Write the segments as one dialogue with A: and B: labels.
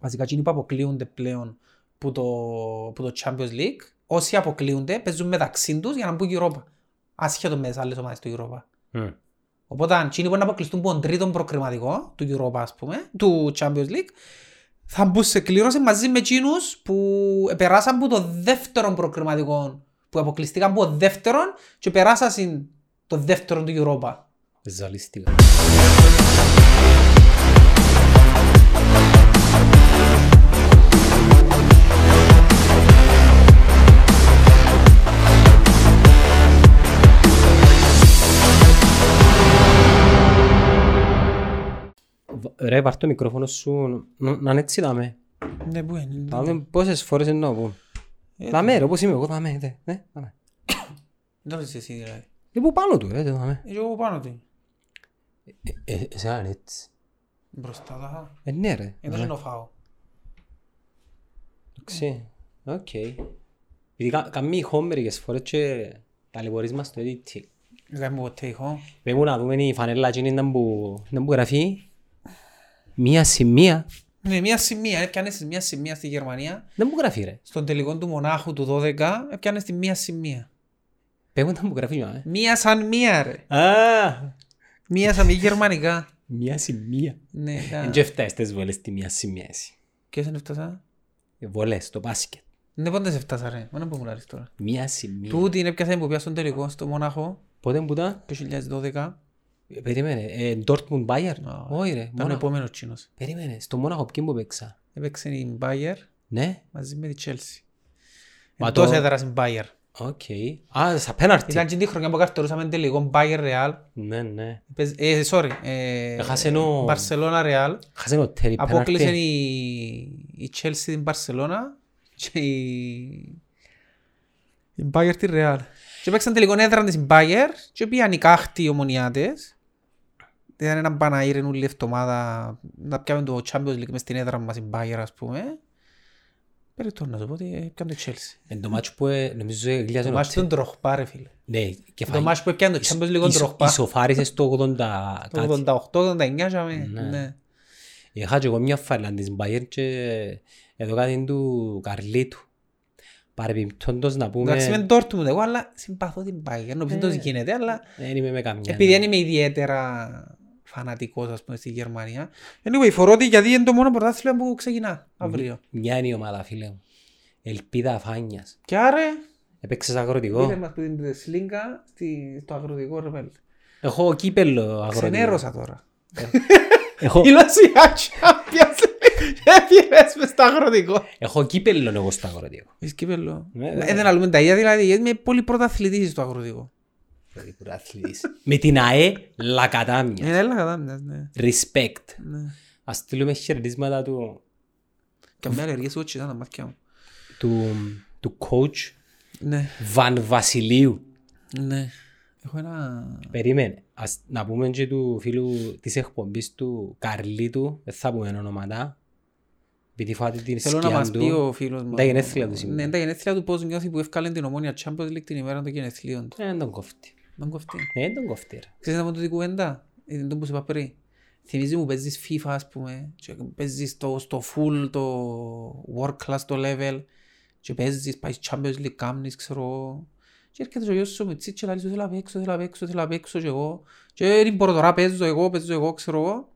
A: βασικά εκείνοι που αποκλείονται πλέον που το, που το Champions League, όσοι αποκλείονται παίζουν μεταξύ τους για να μπουν Europa. Ασχέτω με τις άλλες ομάδες του Europa.
B: Μμμ.
A: Οπότε αν εκείνοι μπορεί να αποκλειστούν από τον τρίτον προκριματικό του Europa ας πούμε, του Champions League, θα μπουν σε κλήρωση μαζί με εκείνους που περάσαν από το δεύτερο προκριματικό, που αποκλειστήκαν από το δεύτερο και περάσαν το δεύτερο του Europa.
B: Ζαλίστηκα. Β- Ρε, βάρ' το μικρόφωνο σου, ν- να είναι έτσι δάμε.
A: Ναι, που είναι.
B: Δάμε πόσες φορές εννοώ που.
A: Ε,
B: Δάμε ρε, όπως είμαι εγώ, δάμε, δε, ναι, δάμε.
A: Δεν το είσαι εσύ δηλαδή.
B: Ε, που πάνω του, ρε, δε, δάμε.
A: Ε, και Εγώ πάνω του.
B: Ε, ε, εσένα είναι έτσι.
A: Μπροστά τα.
B: Ε, ναι ρε.
A: Εδώ είναι ο φάο.
B: Εντάξει. Οκ. Επειδή κα- κάνουμε ηχό μερικές φορές και ταλαιπωρείς μας το editing.
A: Δεν κάνουμε ποτέ ηχό.
B: Πρέπει να δούμε η φανέλα εκείνη να που, να που γραφεί μία σημεία.
A: Ναι, μια σημεία. Έπιανες μια σημεία στη Γερμανία.
B: Δεν που γραφεί ρε.
A: Στον τελικό του μονάχου του 12 έπιανες τη μια σημεία.
B: Πρέπει να που γραφεί ε.
A: Μία σαν μία ρε.
B: Α,
A: Μία σαν μία γερμανικά.
B: μία σημεία.
A: Ναι,
B: Εν
A: ήταν.
B: Ε, και φτάσεις τις βολές τη μία σημεία εσύ.
A: Ποιος δεν έφτασα.
B: Οι Βολές, το μπάσκετ.
A: Ναι, πότε σε έφτασα ρε. Μα να που μου λάρεις τώρα.
B: Μία σημεία.
A: Τούτη είναι έπιασα που πια στον τελικό στο μονάχο
B: Πότε που ήταν.
A: το 2012.
B: Ε, Περίμενε. Ε, Dortmund Bayern.
A: Α,
B: Όχι ρε.
A: Ήταν ο
B: Μόναχο.
A: επόμενος τσίνος.
B: Περίμενε. Στο Μόναχο ποιον που παίξα.
A: Έπαιξε η Bayer
B: Ναι.
A: μαζί με τη Chelsea.
B: Μα
A: Εντός
B: το-
A: έδρας η Bayer.
B: Οκ. Α, στα πέναρτι.
A: Ήταν και τη χρονιά που καρτερούσαμε τελικό Bayer Real.
B: Ναι, ναι.
A: Παίζ- Ε, sorry. Ε,
B: Έχασε ο-
A: Barcelona Real.
B: Χάσανε ο Τέρι
A: Απόκλεισε
B: πέναρτι.
A: η, η Chelsea την Barcelona και η, η Bayer τη Real. Και παίξαν τελικό έδρα της Bayer και πήγαν οι κάχτοι οι ομονιάτες. Ήταν ένα μπαναήρεν όλη εβδομάδα να πιάμε το Champions League μες στην έδρα μας η Bayer ας πούμε. Περιττό να σου πω ότι ε, πιάνε το Chelsea.
B: Εν το μάτσο που ε, νομίζω γλιάζε
A: Το
B: ο
A: μάτσο του τροχπά ρε φίλε.
B: Ναι,
A: Το
B: κεφάλι.
A: μάτσο που πιάνε το Champions League τον τροχπά.
B: Ισοφάρισε στο 80 κάτι.
A: Το 88-89 είχαμε,
B: Ναι.
A: ναι.
B: Είχα και εγώ μια φάλα της Bayern και εδώ κάτι του Καρλίτου. Παρεμπιπτόντος να
A: Εντάξει
B: πούμε,
A: με Dortmund εγώ, αλλά συμπαθώ την Bayern. Νομίζω δεν το γίνεται, αλλά
B: δεν είμαι με καμιά.
A: επειδή δεν είμαι ιδιαίτερα φανατικός, ας πούμε, στη Γερμανία. Anyway, φορώ ότι γιατί είναι το μόνο πρωτάθλημα που ξεκινά αύριο.
B: Μια είναι η ομάδα φίλε μου. Ελπίδα αφάνειας.
A: Και άρα,
B: Έπαιξες
A: πήρε
B: αγροτικό.
A: μας που την σλίγκα στη- στο αγροτικό ρεβέλ.
B: Έχω κύπελο αγροτικό.
A: Ξενέρωσα τώρα.
B: Έχω-
A: Η Ρωσία Champions έφυγες μες στο αγροτικό.
B: Έχω κύπελο εγώ στο αγροτικό.
A: Εις κύπελλο.
B: Ναι,
A: Ε,
B: ναι.
A: Δεν αλλούμε τα ίδια, δηλαδή, γιατί είμαι πολύ πρωταθλητής στο αγροτικό.
B: Δηλαδή, πρωταθλητής. Με την ΑΕ Λακατάμιας.
A: Ε, έλα, κατά μιας, ναι.
B: Respect.
A: Ναι.
B: Ας στείλουμε χαιρετίσματα του,
A: Και μια αλλεργία σου έτσι ήταν τα μάτια μου.
B: του, του coach
A: Ναι,
B: Βαν Βασιλείου.
A: ναι. Έχω ένα...
B: Περίμενε. Ας, να πούμε και του φίλου της εκπομπής του Καρλίτου, δεν θα πούμε ονόματα, επειδή φάτε την
A: Θέλω να μας
B: σκιά
A: πει
B: του.
A: ο φίλος μου.
B: Τα γενέθλια του σήμερα.
A: Ναι, τα γενέθλια του πώς νιώθει που έφκαλε την ομόνια Champions League την ημέρα των γενεθλίων του.
B: Ε, Δεν τον κόφτει.
A: Μα κοφτεί.
B: Ε, Δεν τον κόφτει. ρε.
A: Ξέρεις να πω τούτη κουβέντα. Είναι το που σου είπα πριν. Θυμίζει μου παίζεις FIFA ας πούμε. Και παίζεις στο, στο full το world class το level. Και παίζεις, πάεις Champions League, κάμνεις ξέρω εγώ. Και έρχεται και ο γιος σου με τσίτσε λέει θέλω να παίξω, θέλω να παίξω, θέλω να παίξω και εγώ. Και «Ε, δεν μπορώ τώρα παίζω εγώ, παίζω εγώ ξέρω εγώ.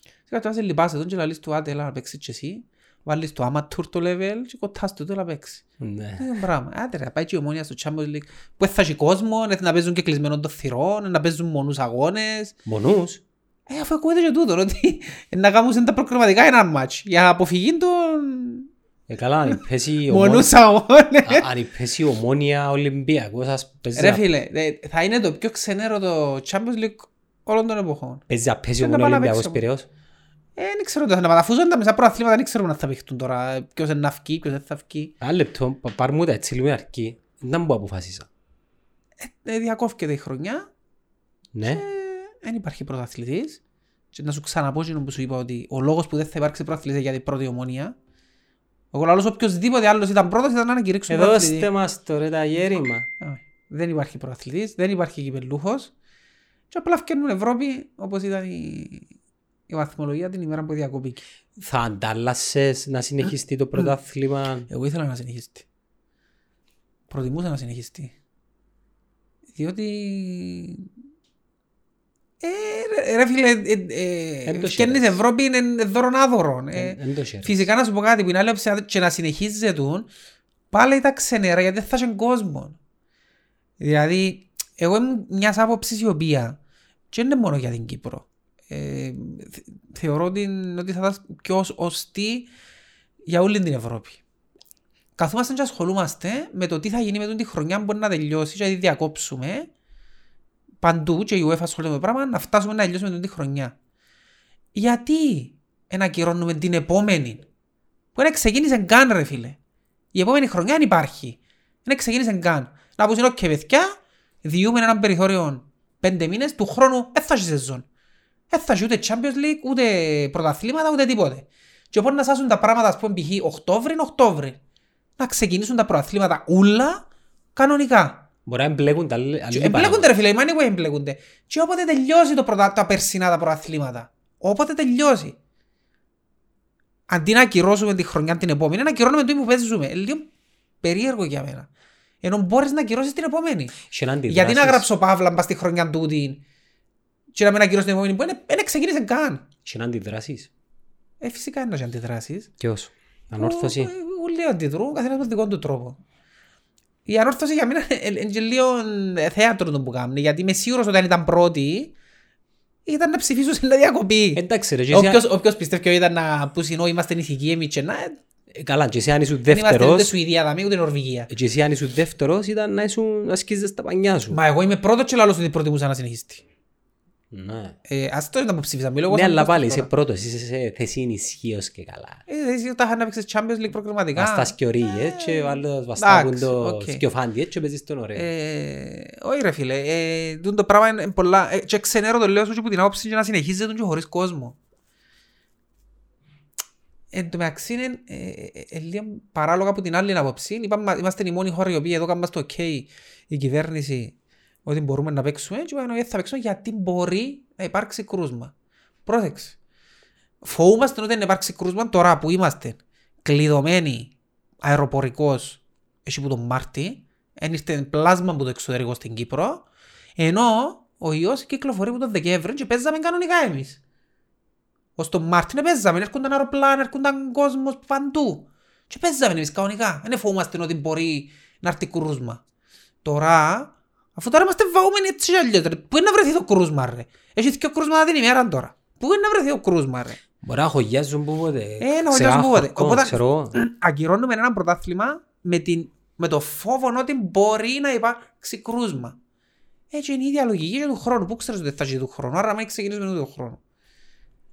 A: Σε κάτι σε λυπάσαι τον και λαλείς του άντε έλα να παίξεις και εσύ. Βάλεις το amateur το level και κοτάς του το να παίξει.
B: Ναι.
A: Είναι πράγμα. Ε, Άντε ρε, πάει και η ομόνια στο Champions League που θα έχει κόσμο, ναι, να παίζουν και κλεισμένο των θυρών, να παίζουν μονούς αγώνες.
B: Μονούς.
A: Ε, αφού ακούγεται και τούτο, ότι να κάνουν τα προκριματικά ένα μάτς για αποφυγή των
B: Ε, καλά, αν υπέσει η ομόνια-
A: μονούς αγώνες.
B: α- αν υπέσει η ομόνια Ολυμπιακός, ας παίζει
A: Ρε
B: να-
A: φίλε, ε, θα είναι το πιο ξενέρο το Champions League όλων των εποχών.
B: παίζει να παίζει η
A: Δεν
B: ομόνια
A: τα πάω να
B: Ολυμπιακός
A: παίξω.
B: Πειραιώς.
A: Ε, δεν ξέρω το θέμα. Αφού ζουν τα μισά προαθλήματα, δεν ξέρουμε αν θα παιχτούν τώρα. ε, Ποιος είναι να φκεί, ποιος δεν θα φκεί.
B: Ένα λεπτό, πα- πάρ' μου τα έτσι λίγο αρκεί. Δεν που αποφασίσα.
A: Ε, διακόφκεται η χρονιά.
B: Ναι.
A: δεν υπάρχει πρωταθλητής. Και να σου ξαναπώ εκείνο που σου είπα ότι ο λόγος που δεν θα υπάρξει πρωταθλητής είναι για την πρώτη ομόνια. Εγώ λαλώς οποιοςδήποτε άλλος ήταν πρώτος ήταν να κηρύξουν
B: Εδώ
A: πρωταθλητή.
B: είστε μας τώρα τα γέρημα.
A: Α, Δεν υπάρχει πρωταθλητής, δεν υπάρχει κυπελούχος. Και απλά φτιάχνουν Ευρώπη όπως ήταν η, η βαθμολογία την ημέρα που διακοπήκε.
B: Θα αντάλλασες να συνεχιστεί το πρωτάθλημα.
A: Εγώ ήθελα να συνεχιστεί. Προτιμούσα να συνεχιστεί. Διότι... Ε, ρε- ρε φίλε, ε, ε,
B: Εν το
A: φτιάχνεις
B: χαίρεσαι.
A: Ευρώπη είναι δωρον άδωρον. Ε,
B: Εν εν το χαίρομαι.
A: Φυσικά να σου πω κάτι που είναι άλλη όψη και να συνεχίζεται πάλι ήταν ξενέρα γιατί δεν θα είχε κόσμο. Δηλαδή, εγώ είμαι μιας άποψης η οποία και δεν είναι μόνο για την Κύπρο. Ε, θε- θεωρώ την, ότι θα ήταν πιο σωστή για όλη την Ευρώπη. Καθόμαστε και ασχολούμαστε με το τι θα γίνει με τον τη χρονιά που μπορεί να τελειώσει και να τη διακόψουμε παντού και η UEFA ασχολείται με το πράγμα να φτάσουμε να τελειώσουμε τον τη χρονιά. Γιατί να ακυρώνουμε την επόμενη που δεν ξεκίνησε καν ρε φίλε. Η επόμενη χρονιά δεν υπάρχει. Δεν ξεκίνησε καν. Να πούσουν «Οκ, παιδιά, διούμε έναν περιθώριο πέντε μήνες του χρόνου δεν θα έχει σεζόν. Δεν θα έχει ούτε Champions League, ούτε πρωταθλήματα, ούτε τίποτε. Και μπορεί να σάσουν τα πράγματα, ας πούμε, π.χ. Οκτώβρη, Οκτώβρη. Να ξεκινήσουν τα πρωταθλήματα ούλα κανονικά.
B: Μπορεί να εμπλέκουν τα άλλα-
A: Και
B: άλλοι παράγοντες.
A: Εμπλέκονται ρε φίλε, οι anyway εμπλέκονται. Και όποτε τελειώσει το πρωτα... τα περσινά τα προαθλήματα, όποτε τελειώσει, αντί να ακυρώσουμε τη χρονιά την επόμενη, να ακυρώνουμε το που παίζουμε. Ε, Λίγο περίεργο για μένα. Ενώ μπορείς να ακυρώσεις την επόμενη.
B: Και να
A: Γιατί να
B: αντιδράσεις.
A: γράψω Παύλα μπας στη χρονιά τούτη και να μην ακυρώσω την επόμενη που είναι- δεν ξεκίνησε καν.
B: Και να αντιδράσεις.
A: Ε, φυσικά είναι να αντιδράσεις.
B: Ποιος. Ανόρθωση.
A: Ο- ο- Όλοι αντιδρούν, ο καθένας με τον δικό του τρόπο. Η ανόρθωση για μένα ε, ε, είναι και λίγο ε, θέατρο το που κάνει, γιατί είμαι σίγουρος όταν ήταν πρώτη, ήταν να ψηφίσουν να διακοπή.
B: Εντάξει ρε, και εσύ-
A: ε, Όποιος, όποιος πιστεύει ότι ήταν να πούσει ενώ είμαστε ηθικοί εμείς και να, ε,
B: ε, καλά, και εσύ αν ήσουν
A: δεν είμαστε ούτε
B: δεύτερος,
A: Σουηδία δαμή, ούτε Νορβηγία.
B: και εσύ αν ήσουν δεύτερος ήταν να ήσουν να σκίζες τα πανιά σου.
A: Μα εγώ είμαι πρώτος και λαλός ότι προτιμούσα να συνεχίσει.
B: Ναι.
A: Ε, ας το ήταν που ψήφισα, μιλώ εγώ
B: Ναι,
A: σαν
B: αλλά
A: πρώτος
B: πάλι είσαι
A: τώρα.
B: πρώτος, είσαι σε θέση ενισχύως και καλά.
A: Ε, εσύ όταν είχα να παίξεις Champions League προκριματικά. Ε,
B: Βαστάς και ορίγες και ο άλλος
A: εντάξει,
B: βαστάβουν το
A: οκ.
B: σκιοφάντι και παίζεις τον ωραίο.
A: Ε, όχι ρε φίλε, ε, τούτο το πράγμα είναι πολλά ε, και ξενέρω το λέω σου και που την άποψη και να συνεχίζεται και χωρίς κόσμο. Εν τω μεταξύ είναι ε, ε, ε, λίγο παράλογα από την άλλη άποψη. Είπαμε, είμαστε η μόνη χώρα η οποία εδώ κάνουμε στο OK η κυβέρνηση ότι μπορούμε να παίξουμε και είπαμε ότι θα παίξουμε γιατί μπορεί να υπάρξει κρούσμα. Πρόσεξε. Φοβούμαστε ότι δεν υπάρξει κρούσμα τώρα που είμαστε κλειδωμένοι αεροπορικός εσύ που τον Μάρτι, ένιστε πλάσμα από το εξωτερικό στην Κύπρο, ενώ ο ιός κυκλοφορεί από τον Δεκέμβρη και παίζαμε κανονικά εμείς. Ως τον Μάρτιν παίζαμε, έρχονταν αεροπλάνα, έρχονταν κόσμος παντού. Και παίζαμε εμείς κανονικά. Δεν φοβούμαστε ότι μπορεί να έρθει κρούσμα. Τώρα, αφού τώρα είμαστε βαούμενοι έτσι κι αλλιώς, ρε, πού είναι να βρεθεί το κρούσμα ρε. Έχει δύο κρούσματα την ημέρα τώρα. Πού είναι να βρεθεί το κρούσμα ρε.
B: Μπορεί να χωγιάζουν που ποτέ.
A: Ε, να χωγιάζουν που ποτέ. Οπότε- ακυρώνουμε ένα πρωτάθλημα με, την, με το φόβο ότι μπορεί να υπάρξει κρούσμα. Έτσι είναι η ίδια λογική και του χρόνου. Πού ξέρεις ότι δεν θα γίνει του χρόνου, άρα μην ξεκινήσουμε ούτε του χρόνου.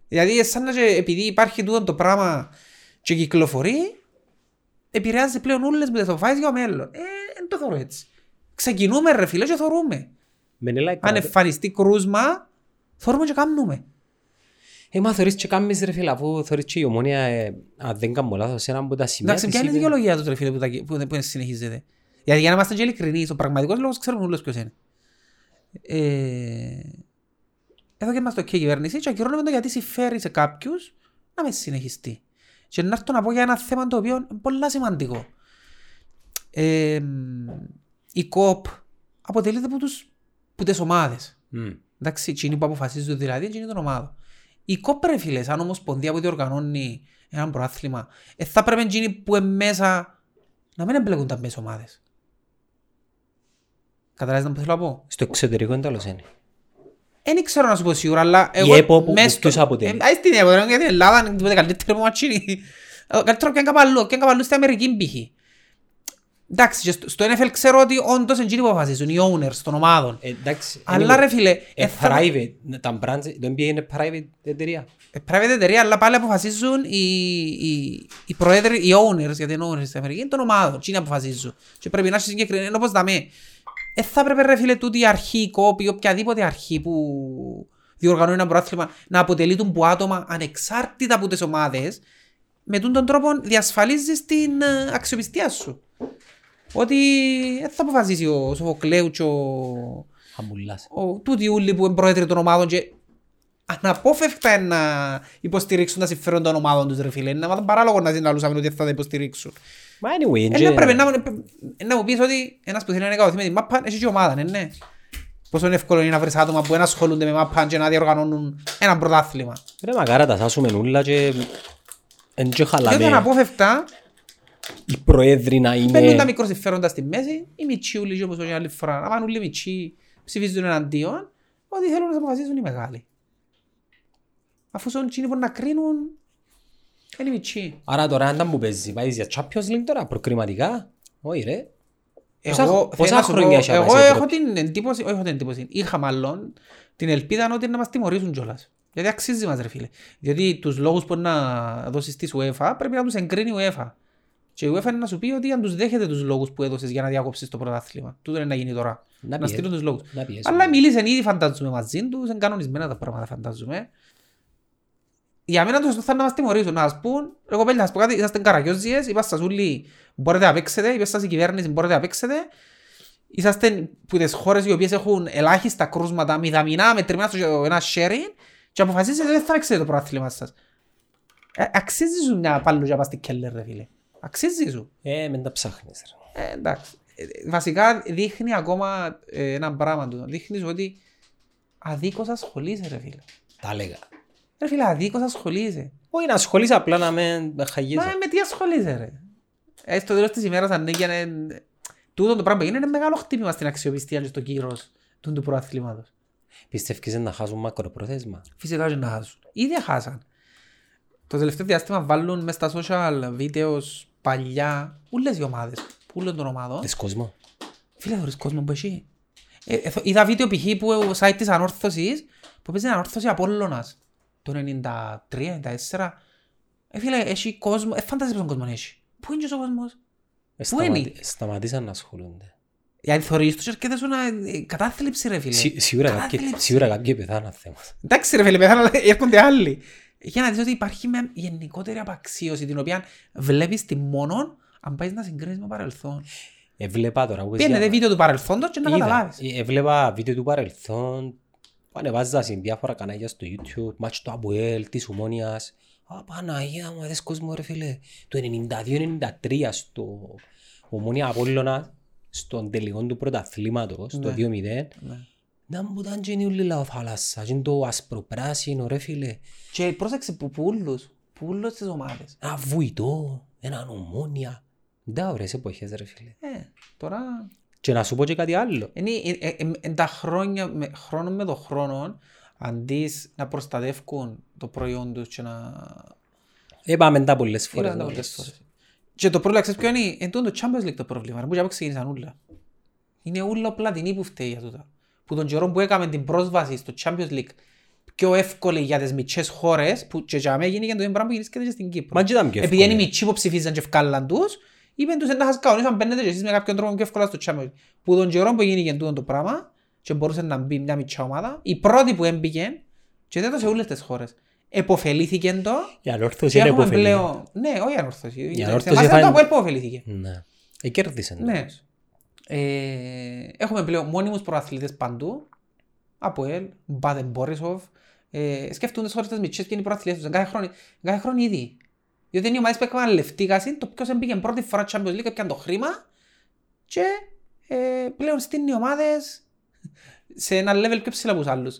A: Δηλαδή, ε, σαν να και επειδή υπάρχει τούτο το πράγμα και κυκλοφορεί, επηρεάζει πλέον όλες τις αποφάσεις για το μέλλον. Ε, δεν το θεωρώ έτσι. Ξεκινούμε ρε φίλε και θεωρούμε.
B: Μενέλα,
A: Αν εμφανιστεί κρούσμα, θεωρούμε και κάνουμε.
B: Ε, μα θεωρείς και κάμεις ρε φίλα, αφού θεωρείς και η ομόνια, ε, αν δεν κάνω λάθος, ένα από τα σημεία
A: Εντάξει, ποια είναι η
B: είπε-
A: δικαιολογία τους ρε φίλε που, τα, που, που συνεχίζεται. Γιατί για να είμαστε και ειλικρινείς, ο πραγματικός λόγος ξέρουμε όλος ποιος είναι. Ε, εδώ και είμαστε και η κυβέρνηση και ακυρώνουμε το γιατί συμφέρει σε κάποιους να με συνεχιστεί. Και να έρθω να πω για ένα θέμα το οποίο είναι πολύ σημαντικό. Ε, η ΚΟΠ αποτελείται από, τους, από τις ομάδες.
B: Μμ.
A: Εντάξει, εκείνοι που αποφασίζουν δηλαδή, εκείνη την ομάδα. Η κόπρε φίλε, σαν ομοσπονδία που διοργανώνει ένα προάθλημα, ε, θα πρέπει εκείνοι που είναι μέσα να μην εμπλέκουν τα μέσα ομάδες. Καταλάβεις τι θέλω να πω.
B: Στο εξωτερικό είναι το άλλο είναι.
A: Δεν ξέρω να σου πω σίγουρα, αλλά
B: Η ΕΠΟ που-
A: μες
B: που τους
A: στο-
B: αποτελεί.
A: Ε, ας την ΕΠΟ, ρε, για την Ελλάδα είναι τίποτε καλύτερο που ματσίνει. Ε, Καλύτερο πιαν καπαλού, πιαν καπαλού στην Αμερική π.χ. Εντάξει, και στο- στο NFL ξέρω ότι όντως εκείνοι που αποφασίζουν, οι owners των ομάδων.
B: Εντάξει,
A: Αλλά
B: Ε, anyway,
A: ρε φίλε, ε,
B: ε,
A: θα-
B: private, τα brands, το NBA είναι private εταιρεία.
A: Ε, private εταιρεία, αλλά πάλι αποφασίζουν οι, οι, οι προέδροι, οι owners, γιατί είναι owners στην Αμερική, είναι των ομάδων. Τι να αποφασίζουν. Και πρέπει να είσαι συγκεκριμένο όπως δαμέ. Ε, θα έπρεπε ρε φίλε τούτη η αρχή, η κόπη, οποιαδήποτε αρχή που διοργανώνει ένα πρόθλημα να αποτελείται από άτομα ανεξάρτητα από τις ομάδες, με τούτον τον τρόπο διασφαλίζεις την ε, αξιοπιστία σου. Ότι ε, θα αποφασίζει ο Σοφοκλέου και ο,
B: Χαμουλάς.
A: ο τούτοι ούλοι που είναι πρόεδροι των ομάδων και αναπόφευκτα είναι να υποστηρίξουν τα συμφέροντα των ομάδων τους ρε φίλε. Είναι ένα παράλογο να συναλούσαμε ότι θα τα υποστηρίξουν.
B: Μα anyway,
A: Ε, ναι,
B: και-
A: πρέπει να, να μου πεις ότι ένας που θέλει να είναι καλός με την μάπα έχει και ομάδα, ναι, ναι. Πόσο είναι εύκολο είναι να βρεις άτομα που να ασχολούνται με μάπα και να διοργανώνουν ένα πρωτάθλημα.
B: Ρε μακάρα τα σάσουμε νουλά και... Εν και
A: Και όταν
B: χαλάμε.
A: απόφευκτα
B: Οι προέδροι να
A: παίρνουν τα
B: είναι...
A: μικρό συμφέροντα στη μέση, οι μητσοί ούλοι και όπως όχι άλλη φορά, να πάνε όλοι οι μητσοί ψηφίζουν εναντίον, ότι θέλουν να αποφασίζουν οι μεγάλοι. Αφού σαν τσίνοι που να κρίνουν, είναι οι μητσοί.
B: Άρα τώρα αν τα μου παίζει, πάει για Champions League τώρα, προκριματικά. Όχι ρε. Πόσα-
A: Εγώ,
B: πόσα
A: θέλω να σου πω,
B: χρόνια είσαι
A: εγώ
B: απαραίτητη,
A: έχω την εντύπωση, όχι έχω την εντύπωση, είχα μάλλον την ελπίδα ότι να μας τιμωρήσουν κιόλας. Γιατί αξίζει μας ρε φίλε. Γιατί τους λόγους που να δώσεις της UEFA πρέπει να τους εγκρίνει η UEFA. Και η UEFA είναι να σου πει ότι αν τους δέχεται τους λόγους που έδωσες για να διακόψεις το πρωτάθλημα. Τούτο είναι να γίνει τώρα.
B: Να
A: να ε.
B: πιέζει.
A: στείλουν τους λόγους.
B: Να πιέζουν.
A: Αλλά μίλησαν ήδη φαντάζομαι μαζί τους, είναι κανονισμένα τα πράγματα φαντάζομαι. Για μένα το σωστό θα είναι να μας τιμωρήσουν, να μας πούν, ρε κοπέλια, να σας πω κάτι, είσαστε καραγιόζιες, είπα σας όλοι, μπορείτε να παίξετε, είπε σας η κυβέρνηση, μπορείτε να παίξετε. Είσαστε που τις χώρες οι οποίες έχουν ελάχιστα κρούσματα, μηδαμινά, μετρημένα στο ένα sharing και αποφασίζετε ότι δεν θα παίξετε το πρωτάθλημα σας. Ε, αξίζει σου μια παλούζα πας στην κέλλερ, ρε φίλε. Αξίζει σου.
B: Ε, μεν τα ψάχνεις ρε.
A: Ε, εντάξει. Ε, ε, Βασικά δείχνει ακόμα ε, ένα πράγμα του. Δείχνεις ότι αδίκως ασχολείσαι, ρε φίλε.
B: Τα λέγα.
A: Ρε φίλε, αδίκως ασχολείσαι.
B: Όχι να ασχολείσαι απλά να με
A: Μα
B: χαγίζεις.
A: ε, με τι ασχολείσαι, ρε. Ε, στο τέλος της ημέρας αν έγινε. Τούτο το πράγμα έγινε είναι μεγάλο χτύπημα στην αξιοπιστία και στο κύρος του, του προαθλήματος.
B: Πιστεύεις να χάσουν μακροπρόθεσμα.
A: Φυσικά και να χάσουν. Ήδη χάσαν. Το τελευταίο διάστημα βάλουν μέσα στα social βίντεο παλιά όλες οι ομάδες. Όλων των ομάδων.
B: Δες κόσμο.
A: Φίλε, θωρείς κόσμο που έχει. Ε, ε, θω- είδα βίντεο π.χ. που ο site της ανόρθωσης που παίζει ανόρθωση Απόλλωνας το 93-94. Ε, φίλε, έχει κόσμο. Ε, φαντάζεσαι πόσον κόσμο έχει. Πού είναι και ο κόσμος.
B: Ε,
A: Πού είναι?
B: σταματή- Σταματήσαν να ασχολούνται.
A: Δηλαδή θωρείς τους και έρχεται σου να ε, κατάθλιψη ρε φίλε.
B: Σι- Σίγουρα
A: Κατάθλιψη.
B: κάποιοι- σίγουρα κάποιοι πεθάναν θέμα.
A: Εντάξει ρε φίλε, πεθάνε, αλλά έρχονται άλλοι. Για να δεις ότι υπάρχει μια γενικότερη απαξίωση την οποία βλέπεις τη μόνον αν πάεις να συγκρίνεις με παρελθόν.
B: Έβλεπα Ε, τώρα. όπως
A: Πήγαινε
B: για-
A: δε βίντεο του παρελθόντος και να
B: Είδα.
A: καταλάβεις.
B: Ε, Έβλεπα βίντεο του παρελθόν που ανεβάζα σε διάφορα κανάλια στο YouTube, μάτς του Αμποέλ, της Ομόνιας. Α, Παναγία μου, δες κόσμο ρε φίλε. Το 92-93 στο Ομόνια Απόλλωνα, στον τελικό του πρωταθλήματος, το
A: Ναι.
B: 2-0,
A: Ναι.
B: να μου ήταν και είναι όλη λαοθάλασσα, και είναι το ασπροπράσινο ρε φίλε.
A: Και πρόσεξε που πουλούς, πουλούς στις ομάδες.
B: Ένα βουητό, ένα ομόνια. Δεν ωραίες εποχές ρε φίλε.
A: Ε, τώρα
B: Και να σου πω και κάτι άλλο.
A: είναι ε, ε, ε, ε, τα χρόνια, με, χρόνο με το χρόνο, αντί να προστατεύουν το προϊόν τους και να...
B: Είπαμε τα πολλές φορές.
A: Είδα τα
B: να
A: πολλές
B: πεις.
A: φορές. Και το πρόβλημα ξέρεις ποιο είναι, Ε, εν τούτο το Champions League το πρόβλημα, ρε, που και ξεκίνησαν ούλα. Είναι ούλα πλατινή που φταίει για τούτα. Που τον καιρό που έκαμε την πρόσβαση στο Champions League πιο εύκολη για τις μικρές χώρες, που και για μένα γίνηκε το ίδιο πράγμα που γίνεται και στην Κύπρο.
B: Μα και ήταν πιο
A: Επειδή είναι οι
B: εύκολο.
A: μητσοί που ψηφίζαν και ευκάλλαν τους, είπαν τους να σας κανονίσω αν μπαίνετε και εσείς με κάποιον τρόπο πιο εύκολα στο Champions League. Που τον καιρό που γίνηκε τούτο το πράγμα και μπορούσε να μπει μια μητσά ομάδα, η πρώτη που έμπηκε και δεν το σε όλες τις χώρες. Εποφελήθηκε το
B: Η
A: και
B: ανόρθωση είναι
A: έχουμε
B: υποφελή.
A: πλέον... Ναι, όχι ανόρθωση.
B: Η
A: Σε
B: ανόρθωση
A: εμάς
B: θα
A: ήταν το
B: είναι-
A: Αποέλ που εποφελήθηκε.
B: Ναι. Ε, κέρδισε. Ναι.
A: Ναι. Ε, έχουμε πλέον μόνιμους προαθλητές παντού. Αποέλ, Μπάδεν Μπόρισοφ. Ε, σκέφτονται τις χώρες της Μητσές και είναι οι προαθλητές τους. Εν Κάθε χρόνο, εν κάθε χρόνο ήδη. Διότι είναι οι ομάδες που έκαναν λεφτή κάση, το ποιος έμπηκε πρώτη φορά Champions League, έπιαν το χρήμα και ε, πλέον στείνει οι ομάδες σε ένα level πιο ψηλά από τους άλλους.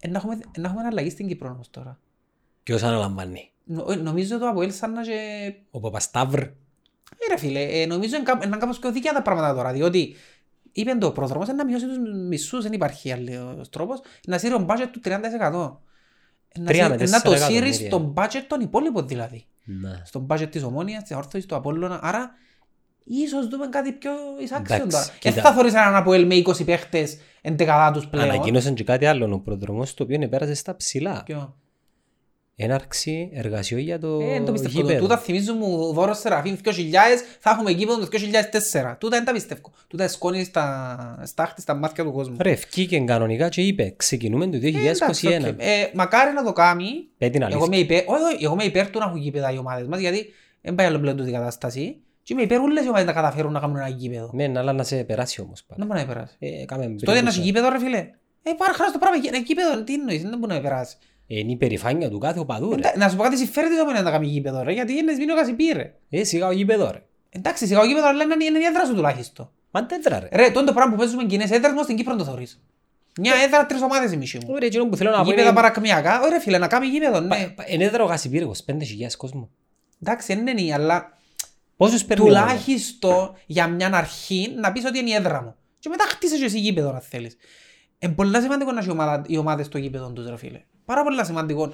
A: Ε, να έχουμε, να έχουμε αλλαγή στην Κύπρο όμως τώρα.
B: Ποιος αναλαμβάνει.
A: Νο, ε, νομίζω το Αποέλ σαν να και
B: Ο Παπασταύρ.
A: ε, ρε φίλε, ε, νομίζω είναι κάπου- είναι κάπως πιο δίκαια τα πράγματα τώρα, διότι είπε το πρόδρομος είναι να μειώσει τους μισούς, δεν υπάρχει άλλος τρόπος, να σύρει το budget του 30%. Ε, Να,
B: 3 με
A: σύρει- να το
B: 4
A: σύρεις
B: εκατομμύρια.
A: στο budget των υπόλοιπων δηλαδή.
B: Ναι.
A: Στο budget της Ομόνιας, της Αόρθωσης, του Απόλλωνα, άρα ίσως δούμε κάτι πιο εισάξιον
B: Εντάξει,
A: τώρα. Δεν
B: κοίτα.
A: θα θωρείς έναν Αποέλ με 20 παίχτες εν δεκαδά τους πλέον.
B: Ανακοίνωσαν και κάτι άλλο. Ο προδρομός το οποίο επέρασε στα ψηλά.
A: Ποιο?
B: Έναρξη εργασιών για το
A: Ε, δεν το πιστεύω. Το,
B: γήπεδο.
A: τούτα θυμίζουν μου δώρο Σεραφείμ 2000, θα έχουμε γήπεδο το 2004. Τούτα δεν τα πιστεύω. Τούτα σκόνη στα, στα χτυ, στα μάτια του κόσμου.
B: Ρε, βγήκε κανονικά και είπε ξεκινούμε το
A: Ε, εντάξει,
B: 2021.
A: οκ. Ε, μακάρι να το κάνει.
B: Πέτει την
A: Εγώ
B: αλήθεια.
A: είμαι υπέρ, όχι, όχι, εγώ είμαι υπέρ του να έχουν γήπεδα οι ομάδες μας, γιατί δεν πάει άλλο πλέον τούτη η κατάσταση. Και είμαι υπέρ όλες οι ομάδες να καταφέρουν να κάνουν ένα γήπεδο.
B: Μεν, Ναι, αλλά να σε περάσει όμως. πάλι.
A: Δεν μπορεί να περάσει.
B: Ε, κάμε
A: Τότε Ναι. ένα
B: περίπου-
A: γήπεδο, ρε φίλε. Ε, πάρα χαρά στο πράγμα. Ένα γήπεδο, τι εννοείς, δεν μπορεί να περάσει.
B: Είναι η περηφάνεια του κάθε οπαδού, ρε.
A: Εντά- Να σου πω κάτι συμφέρεται το μόνο να κάνει γήπεδο ρε, γιατί είναι σβήνω κασιπή ρε.
B: Ε, σιγά ο γήπεδο, ρε.
A: Εντάξει, σιγά ο γήπεδο, αλλά είναι είναι η έδρα σου τουλάχιστον.
B: Μα τέτρα, ρε.
A: Ρε, το πράγμα που παίζουμε κοινές έδρας μας στην Κύπρο το θεωρείς. Μια έδρα, τρεις ομάδες η μισή μου.
B: Ωραία, εκείνο που θέλω να πω
A: Γήπεδα
B: είναι...
A: παρακμιακά, ωραία φίλε, να κάνει γήπεδο, ναι.
B: Εν έδρα ο Γασιπίρ, 25.000 κόσμο.
A: Εντάξει, είναι ναι, αλλά
B: Πόσους παίρνει ο Γασιπίρ?
A: τουλάχιστον για μια αρχή να πεις ότι είναι η έδρα μου. Και μετά χτίσες και εσύ γήπεδο αν θέλεις. Είναι πολύ σημαντικό να έχει ομάδα, οι ομάδες στο γήπεδο τους ρε φίλε. Πάρα πολύ σημαντικό.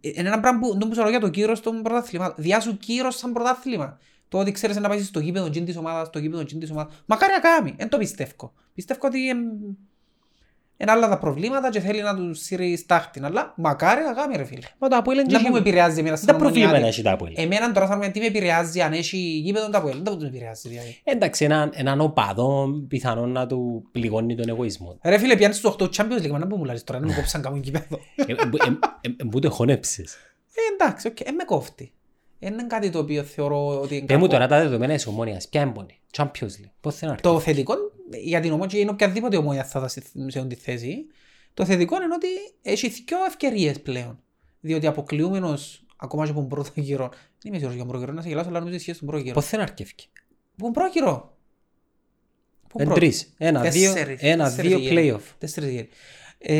A: Ε, Είναι ένα πράγμα που δεν μπορούσα για το κύρος των πρωτάθλημα. Διάσου κύρος σαν πρωτάθλημα. Το ότι ξέρεις να πάει στο γήπεδο τζιν της ομάδας, στο γήπεδο τζιν της ομάδας. Μακάρι να κάνει. Δεν το πιστεύω. Πιστεύω ότι είναι- είναι άλλα τα προβλήματα και θέλει να του σύρει στάχτη. Αλλά μακάρι να κάνει ρε φίλε.
B: Μα το Αποέλ
A: Δεν μου
B: είναι
A: επηρεάζει εμένα σαν
B: Τα προβλήματα
A: ομονιάτη.
B: έχει τα Αποέλ.
A: Ε, Εμένα τώρα θα με τι με επηρεάζει αν έχει γήπεδο τα Αποέλ. Δεν με επηρεάζει. Δηλαδή.
B: Ε, Εντάξει, έναν, έναν οπαδό πιθανόν να του πληγώνει τον εγωισμό.
A: Ρε φίλε, πιάνεις το 8 Champions League, μα να που μου λάρεις τώρα, να μου κόψαν κάποιο γήπεδο.
B: ε, ε, ε, ε, που το χωνέψεις.
A: Ε, εντάξει, οκ, ε, με κόφτει. Ε, Είναι κάτι το οποίο θεωρώ ότι είναι
B: Πες Ε, μου
A: κακό.
B: τώρα τα δεδομένα της ομόνιας. Ποια έμπονη. Champions League. Πώς θέλει να έρθει.
A: Το θετικό για την ομόνια είναι οποιαδήποτε ομόνια θα ήταν στη- σε αυτή τη θέση. Το θετικό είναι ότι έχει δύο ευκαιρίες πλέον. Διότι αποκλειούμενο ακόμα και από τον πρώτο γύρο. Δεν είμαι σίγουρος για τον πρώτο γύρο, να σε γελάσω, αλλά νομίζω ότι σχέση στον πρώτο γύρο.
B: Πώς θέλει να έρθει.
A: Που τον πρώτο γύρο. Που τον
B: Εν
A: πρώτο.
B: τρεις. Ένα, δύο,
A: Τέσσερις.
B: ένα,
A: Τέσσερις
B: δύο
A: γύρω.
B: play-off.
A: Τέσσερις γύροι. Ε,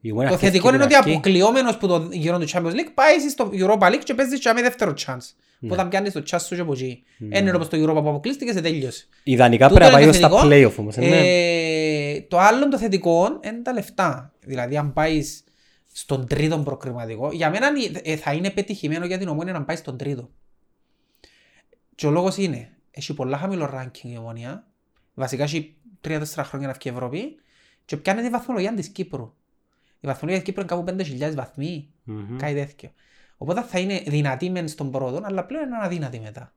B: Η Ομόνια
A: το
B: χτίστηκε
A: θετικό είναι
B: την
A: ότι
B: αρχή.
A: αποκλειόμενος που το γύρο του Champions League πάει εσύ στο Europa League και παίζεις και με δεύτερο chance.
B: Ναι.
A: Που όταν πιάνεις το chance σου και από εκεί. Είναι όπως το Europa που αποκλείστηκες σε τέλειωσε.
B: Ιδανικά
A: Τούτο
B: πρέπει να
A: είναι
B: πάει
A: το
B: στα
A: θετικό.
B: play-off όμως. ε, ναι.
A: Ε, το άλλο το θετικό είναι τα λεφτά. Δηλαδή αν πάεις στον τρίτο προκριματικό, για μένα ε, θα είναι πετυχημένο για την ομόνια να πάεις στον τρίτο. Και ο λόγος είναι, έχει πολλά χαμηλό ranking η ομόνια, βασικά έχει 3-4 χρόνια να βγει η Ευρώπη και πιάνεται η βαθμολογία της Κύπρου. Η βαθμολογία της Κύπρου είναι κάπου 5.000 βαθμοί,
B: Μμμ.
A: κάτι τέτοιο. Οπότε θα είναι δυνατή μεν στον πρώτο, αλλά πλέον είναι αναδύνατη μετά.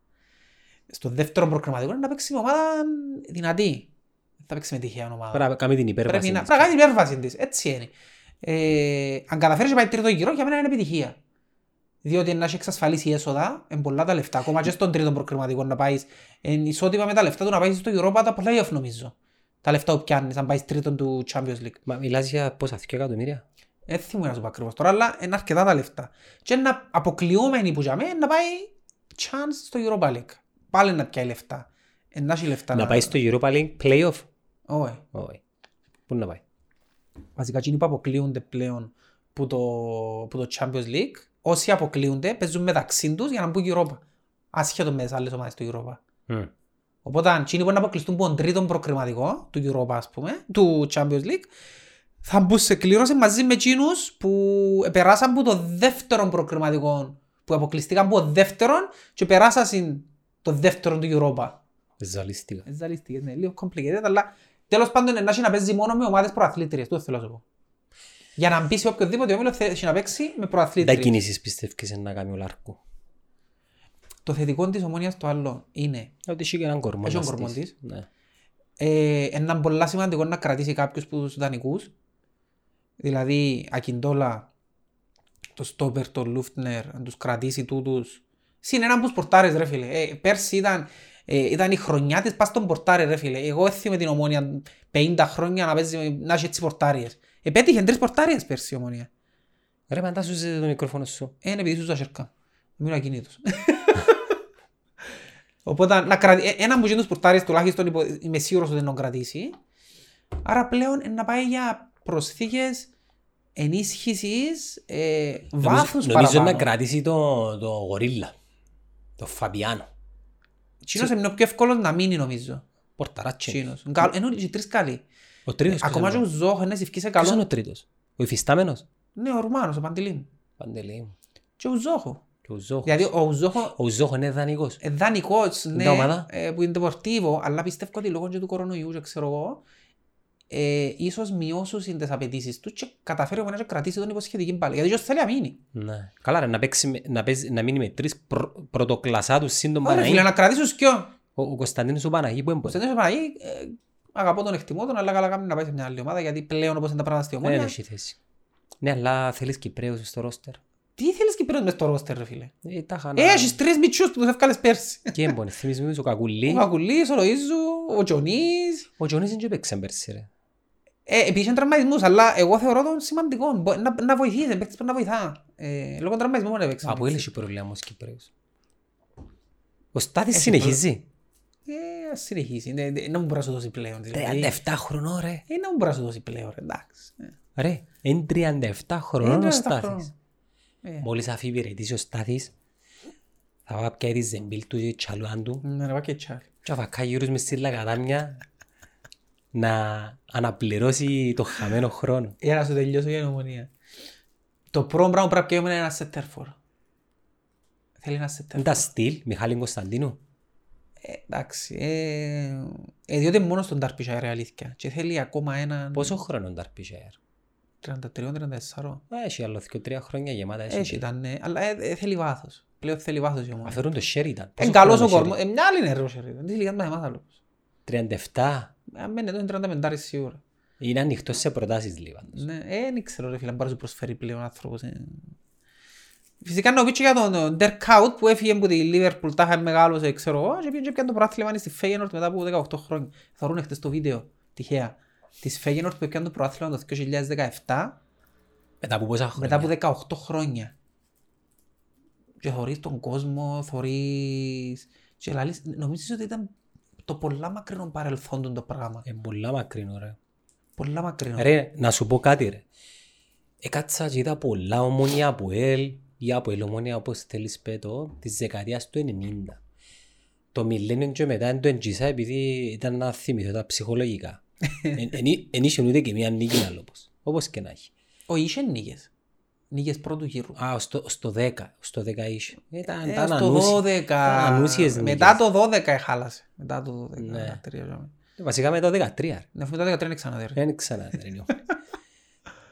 A: Στο δεύτερο προκριματικό είναι να παίξει με ομάδα δυνατή. Δεν θα παίξει με τυχαία ομάδα.
B: Πρέπει να κάνει την
A: Πρέπει
B: υπέρβαση.
A: να
B: της.
A: πρέπει να κάνει την υπέρβαση της. Έτσι είναι. Ε, αν καταφέρεις και πάει τρίτο γύρο, για μένα είναι επιτυχία. Διότι να έχει εξασφαλίσει η έσοδα, είναι πολλά τα λεφτά. Ακόμα και στον τρίτο προκριματικό να πάεις εν ισότιμα με τα λεφτά του να πάεις στο Europa, τα πολλά playoff νομίζω. Τα λεφτά που πιάνεις, αν πάει τρίτον του Champions League.
B: Μα μιλάς για πόσα, 2 εκατομμύρια.
A: Ε, Δεν θυμούμαι να σου πω ακριβώς τώρα, αλλά είναι αρκετά τα λεφτά. Και να αποκλειούμενοι που για μένα να πάει chance στο Europa League. Πάλι να πιάει λεφτά. Ε, Να έχει λεφτά.
B: Να πάει στο Europa League play-off.
A: Όχι.
B: Όχι. Πού να πάει.
A: Βασικά εκείνοι που αποκλείονται πλέον που το, που το Champions League, όσοι αποκλείονται παίζουν μεταξύ τους για να μπουν Europa. Ασχέτω με τις άλλες ομάδες του Europa.
B: Μμ.
A: Οπότε αν εκείνοι που να αποκλειστούν από τον τρίτον προκριματικό του Europa ας πούμε, του Champions League, θα μπουν σε κλήρωση μαζί με εκείνους που περάσαν από το δεύτερο προκριματικό, που αποκλειστήκαν από δεύτερον και περάσαν το δεύτερο του Europa.
B: Ζαλίστηκα.
A: Ε, Ζαλίστηκε, ναι, λίγο complicated, αλλά τέλος πάντων να έχει να παίζει μόνο με ομάδες προαθλήτριες, τούτο θέλω να σου πω. Για να μπει σε οποιοδήποτε όμιλο θε- έχει να παίξει με
B: Τα
A: προαθλήτριες.
B: κινήσεις πιστεύεις να κάνει ο Λάρκου.
A: Το θετικό της ομόνιας το άλλο είναι
B: Ότι είχε και έναν κορμό.
A: Έχει
B: να
A: έναν κορμός
B: στήσει.
A: της.
B: Ναι.
A: ε, έναν πολλά σημαντικό να κρατήσει κάποιους που τους δανεικούς. Δηλαδή, Ακιντόλα, το Στόπερ, το Λούφτνερ, να τους κρατήσει τούτους. Συν έναν που σπορτάρες ρε φίλε. Ε, πέρσι ήταν, ε, ήταν η χρονιά της πας στον πορτάρε ρε φίλε. Εγώ έτσι με την Ομόνια 50 χρόνια να, παίζει, με- να έχει έτσι πορτάριες. Επέτυχε τρεις πορτάριες πέρσι η Ομόνια.
B: Ρε πάντα σου ζήτησε το μικρόφωνο σου.
A: Ε, είναι επειδή σου τα σερκά. Μείνω ακινήτως. Οπότε να ε, κρατήσει, έναν που γίνεις τους πουρτάρες τουλάχιστον υπο... είμαι σίγουρος ότι να τον κρατήσει. Άρα πλέον ε, να πάει για προσθήκες ενίσχυσης ε, βάθους
B: Νομίζω- Νομίζω
A: παραπάνω.
B: να κρατήσει το, το γορίλα. Το Φαμπιάνο.
A: Τσίνος είναι ο πιο εύκολος να μείνει νομίζω.
B: Πορταράτσι.
A: Τσίνος. Καλό- Ενώ είναι και τρεις καλοί.
B: Ο τρίτος.
A: Ακόμα και ο Ζόχο ναι, είναι ευκείς
B: Ποιος είναι
A: καλό.
B: ο τρίτος. Ο υφιστάμενος.
A: Ναι, ο Ρουμάνος, ο Παντελήμ.
B: Παντελή μου.
A: Και ο Ζόχο.
B: Και ο Ζόχος.
A: Δηλαδή ο Ζόχο
B: Ο Ζόχος είναι δανεικός.
A: Ε, δανεικός, ναι,
B: τα ομάδα.
A: ε, που είναι τεπορτίβο, αλλά πιστεύω ότι λόγω και του κορονοϊού και ξέρω εγώ, ε, ίσως μειώσουν τις απαιτήσεις τους και καταφέρει ο να κρατήσει τον υποσχετική μπάλα. Γιατί ποιος θέλει να μείνει.
B: Ναι. Καλά ρε να, παίξει, με- να, παίζει, να μείνει με τρεις πρω, πρωτοκλασσάτους σύντομα
A: Ωραία, φίλε, να κρατήσεις κιό.
B: Ο, ο Κωνσταντίνος ο Παναγί που
A: Σε
B: έμπορε.
A: τέτοιο Παναγί, ε, αγαπώ τον εκτιμώ τον, αλλά καλά κάνει να πάει σε μια άλλη ομάδα, γιατί πλέον όπως είναι τα πράγματα στη
B: Δεν
A: ομόνια,
B: έχει θέση. Ναι, αλλά θέλεις Κυπρέους στο ρόστερ.
A: τι θέλεις Κυπρέος μες στο ρόστερ, ρε φίλε.
B: Ε, τα χανά.
A: Έχεις τρεις μητσούς που τους έφκαλες πέρσι.
B: Και έμπονε. Θυμίζουμε τους ο Κακουλή.
A: Ο Κακουλής, ο Λοΐζου, ο Τζονής.
B: Ο Τζονής δεν και παίξε πέρσι ρε.
A: Ε, Επίσης είναι τραυματισμούς, αλλά εγώ θεωρώ τον σημαντικό. Μπο- Να, να βοηθήσει, δεν παίξει να βοηθά. Ε, λόγω τραυματισμού δεν παίξει.
B: Από έλεγχε προβλήμα ως Κύπριος. Ο Στάθης συνεχίζει.
A: Ε, ας συνεχίσει. Ναι, ναι, να μου μπορείς να σου δώσει πλέον. Δηλαδή.
B: 37 χρονών ρε.
A: Ε, να μου μπορείς να σου δώσει πλέον, ρε, εντάξει. Ε,
B: Ρε, είναι 37 χρονών
A: είναι
B: ο
A: 37
B: Στάθης.
A: χρόνων. Ε,
B: Μόλις αφιπηρετήσει ο Στάθης, θα πάει πια τη ζεμπίλ του και τσαλουάν του
A: Ναι, να πάει και τσάρι.
B: και θα φακά γύρω μες στη λαγαδάμια να αναπληρώσει το χαμένο χρόνο.
A: Για Ε, να σου τελειώσω για την ομονία. Το πρώτο πράγμα που πρέπει να κάνουμε είναι ένα σετέρφορ. Θέλει ένα σετέρφορ.
B: Είναι τα στυλ, Μιχάλη Κωνσταντίνου.
A: Ε, εντάξει. Ε, ε, διότι μόνος στον Ταρπίσια ρε αλήθεια. Και θέλει ακόμα έναν
B: Πόσο χρόνο τα αρπιζέρ.
A: 33-34.
B: Έχει άλλο δύο τρία χρόνια γεμάτα.
A: Έτσι
B: Έχει.
A: ήταν, ναι. Αλλά ε, ε, θέλει βάθος. Πλέον θέλει βάθος η ομάδα.
B: Αφαιρούν το Sheridan.
A: Είναι καλός ο κορμός. Ε, μια άλλη είναι ρε ο Sheridan. Της ηλικίας μας εμάς άλλος.
B: 37.
A: Αν μένει εδώ είναι 35 σίγουρα.
B: Είναι ανοιχτό σε προτάσεις λοιπόν.
A: Ναι, ε, δεν ξέρω ρε φίλε, αν πάρει σου προσφέρει πλέον άνθρωπος. ε. Φυσικά να πείτε για τον Dirk Out που έφυγε από τη Liverpool, τα είχαν μεγάλος, ε, ξέρω εγώ, και πήγε και πιάνε το πρωτάθλημα είναι στη Feyenoord μετά από 18 χρόνια. Θα ρουν χτες το βίντεο, τυχαία, της Feyenoord που έπιανε το πρωτάθλημα το 2017,
B: Μετά από πόσα
A: μετά
B: χρόνια.
A: από 18 χρόνια. Και θωρείς τον κόσμο, θωρείς... Και λαλείς, νομίζεις ότι ήταν το πολλά μακρινό παρελθόν του το πράγμα.
B: Είναι Ε, πολλά μακρινό ρε.
A: Πολλά μακρινό.
B: Ρε, να σου πω κάτι ρε. Έκατσα και είδα πολλά ομόνια από ελ ή από ελ ομόνια όπως θέλεις πέτω της δεκαετίας του 90. Το millennium και μετά είναι το εντζήσα επειδή ήταν να θυμηθώ τα ψυχολογικά. Εν- εν- Εν είχε ούτε και μία νίκη άλλο όπως. Όπως και να έχει.
A: Όχι, είχε νίκες. Νίκες πρώτου γύρου.
B: Α, στο, στο 10, στο 10 είσαι. Ήταν,
A: Ε,
B: ήταν
A: στο
B: ανούσιο.
A: 12.
B: ανούσιες
A: Μετά το 12 χάλασε. Μετά το 12.
B: Ναι.
A: Ναι. Τελειώσαμε.
B: Βασικά μετά το 13. ρε.
A: Ναι, αφού το 13 είναι ξανά τέρμα.
B: Δεν ξανά τρένιο.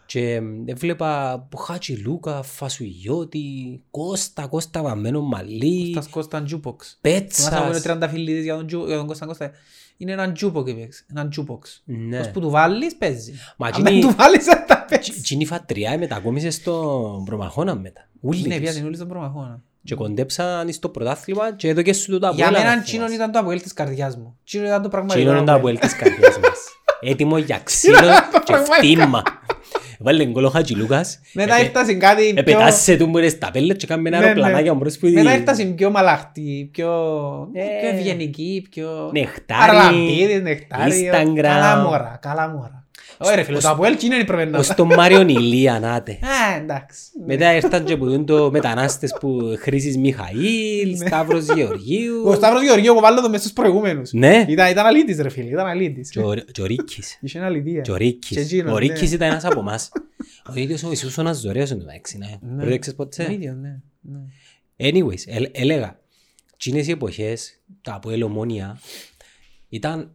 B: και μ, έβλεπα Μπουχάτσι Λούκα, Φασουγιώτη, Κώστα, Κώστα βαμμένο μαλλί,
A: Κώστας Κώσταν Τζούποξ. Θυμάσαι να πούμε
B: Πέτσας.
A: 30 φιλίδες για τον, Τζου- για τον Κώσταν Κώστα. Είναι έναν Τζούποκ υπέξ. Έναν Τζούποξ. Ως
B: Ναι.
A: που του βάλεις παίζει.
B: Μα
A: Αν
B: εκείνη-
A: δεν του βάλεις δεν τα παίζει.
B: Τζινή φατριά μετακόμισε στον Προμαχώνα μετά. Ούλη
A: Ναι,
B: της.
A: πιάζει όλοι στον προμαχώνα.
B: Και κοντέψαν στο πρωτάθλημα και έδωκε σου το τα
A: Για
B: απόλυτα, να
A: μένα
B: θυμάσαι.
A: Τσίνον ήταν το αποέλ της καρδιάς μου. Τσίνον ήταν το πραγματικό.
B: Τσίνον είναι τα
A: Αποέλ.
B: απόλυτα της καρδιάς μας. Έτοιμο για ξύλο και φτύμα. Βάλε γκολ ο Χατζηλούκας.
A: Μετά ήρθασαν κάτι πιο...
B: Επετάσσε του μωρέ στα πέλε και κάνουμε ένα
A: Ναι, ναι.
B: αεροπλανάκι μπρος που
A: Μετά ήρθασαν πιο μαλαχτή, πιο,
B: Ε.
A: πιο ευγενική, πιο...
B: Νεχτάρι.
A: Αρλαντίδης, νεκτάριο.
B: Instagram.
A: Καλά μωρά, καλά μωρά. Ωραία φίλε, το Αποέλ Κίνο είναι η
B: Ως
A: προβενάτα.
B: τον Μάριον Ηλία, νάτε.
A: Α, εντάξει.
B: Μετά ήρθαν και που δουν το μετανάστες που Χρήσης Μιχαήλ, Σταύρος Γεωργίου
A: Ναι. Ο Σταύρος Γεωργίου, εγώ βάλω το μέσα στους προηγούμενους.
B: Ναι,
A: Ήταν ήταν αλήτης ρε φίλε, ήταν αλήτης.
B: και ο- και ο Ρίκης.
A: Είχε ένα αλητία.
B: Και ο
A: Και
B: Ρίκης.
A: εκείνο,
B: Ο
A: ναι.
B: Ρίκης ήταν ένας από εμάς. Ο ίδιος ο Ιησούς ο Ναζωρέος είναι μεταξύ, ναι.
A: Ναι.
B: Πρόσεξες ποτέ.
A: Ο ίδιος, ναι. ναι.
B: Anyways, ε, έλεγα, εκείνες οι εποχές, τα από ελομόνια, ήταν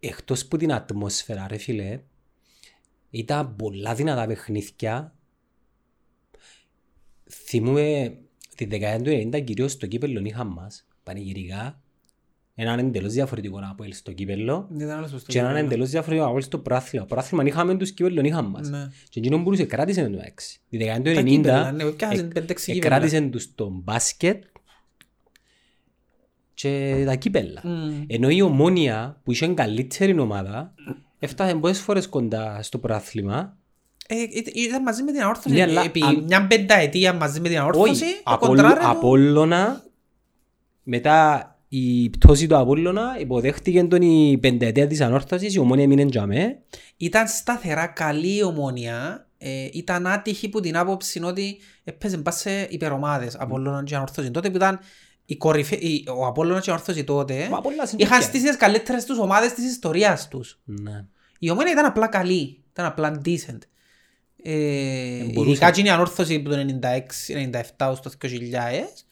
B: εκτός που την ατμόσφαιρα, ρε φίλε, ήταν πολλά δυνατά παιχνίδια. Θυμούμε τη δεκαετία του 90 κυρίως στο κύπελλο είχαμε μας, πανηγυρικά, έναν εντελώς διαφορετικό από ελ στο κύπελλο
A: Δεν ήταν άλλος που στο
B: και έναν
A: κύπελλο.
B: εντελώς διαφορετικό από ελ στο πράθλημα. Πράθλημα είχαμε τους κύπελλον είχαμε μας.
A: Ναι.
B: Και εκείνο μπορούσε κράτησε το μεταξύ. Τη
A: Τα
B: δεκαετία του 90
A: κύπελλα, ναι, πιάσαν
B: εκ-
A: πέντε-έξι
B: ε,
A: κύπελλα.
B: κράτησε του στο μπάσκετ και τα κύπελα.
A: Μμμ.
B: Ενώ η ομόνια που είχε καλύτερη ομάδα έφτασε πολλές φορές κοντά στο πρωτάθλημα.
A: Ε, ε, Ήταν μαζί με την
B: Ναι,
A: αόρθωση.
B: αλλά
A: Επί
B: αν-
A: μια πενταετία μαζί με την αόρθωση.
B: Όχι,
A: το
B: Απόλλω-
A: κοντράρετο.
B: Απόλλωνα, μετά η πτώση του Απόλλωνα υποδέχτηκε τον η πενταετία της ανόρθωσης, η ομόνια μείνε τζαμέ.
A: Ήταν σταθερά καλή η ομόνια. Ε, ήταν άτυχη που την άποψη ότι έπαιζε μπας σε υπερομάδες Απόλλωνα και Ανόρθωση. Τότε που ήταν η κορυφή, η- ο Απόλλωνα και η Ανόρθωση τότε
B: Μα πολλά συνέχεια.
A: είχαν στήσει τις καλύτερες τους ομάδες της ιστορίας τους.
B: Ναι.
A: Η ομόνια ήταν απλά καλή, ήταν απλά decent. Ε,
B: μπορούσε.
A: ειδικά και η Ανόρθωση από το 96-97 ως το 2000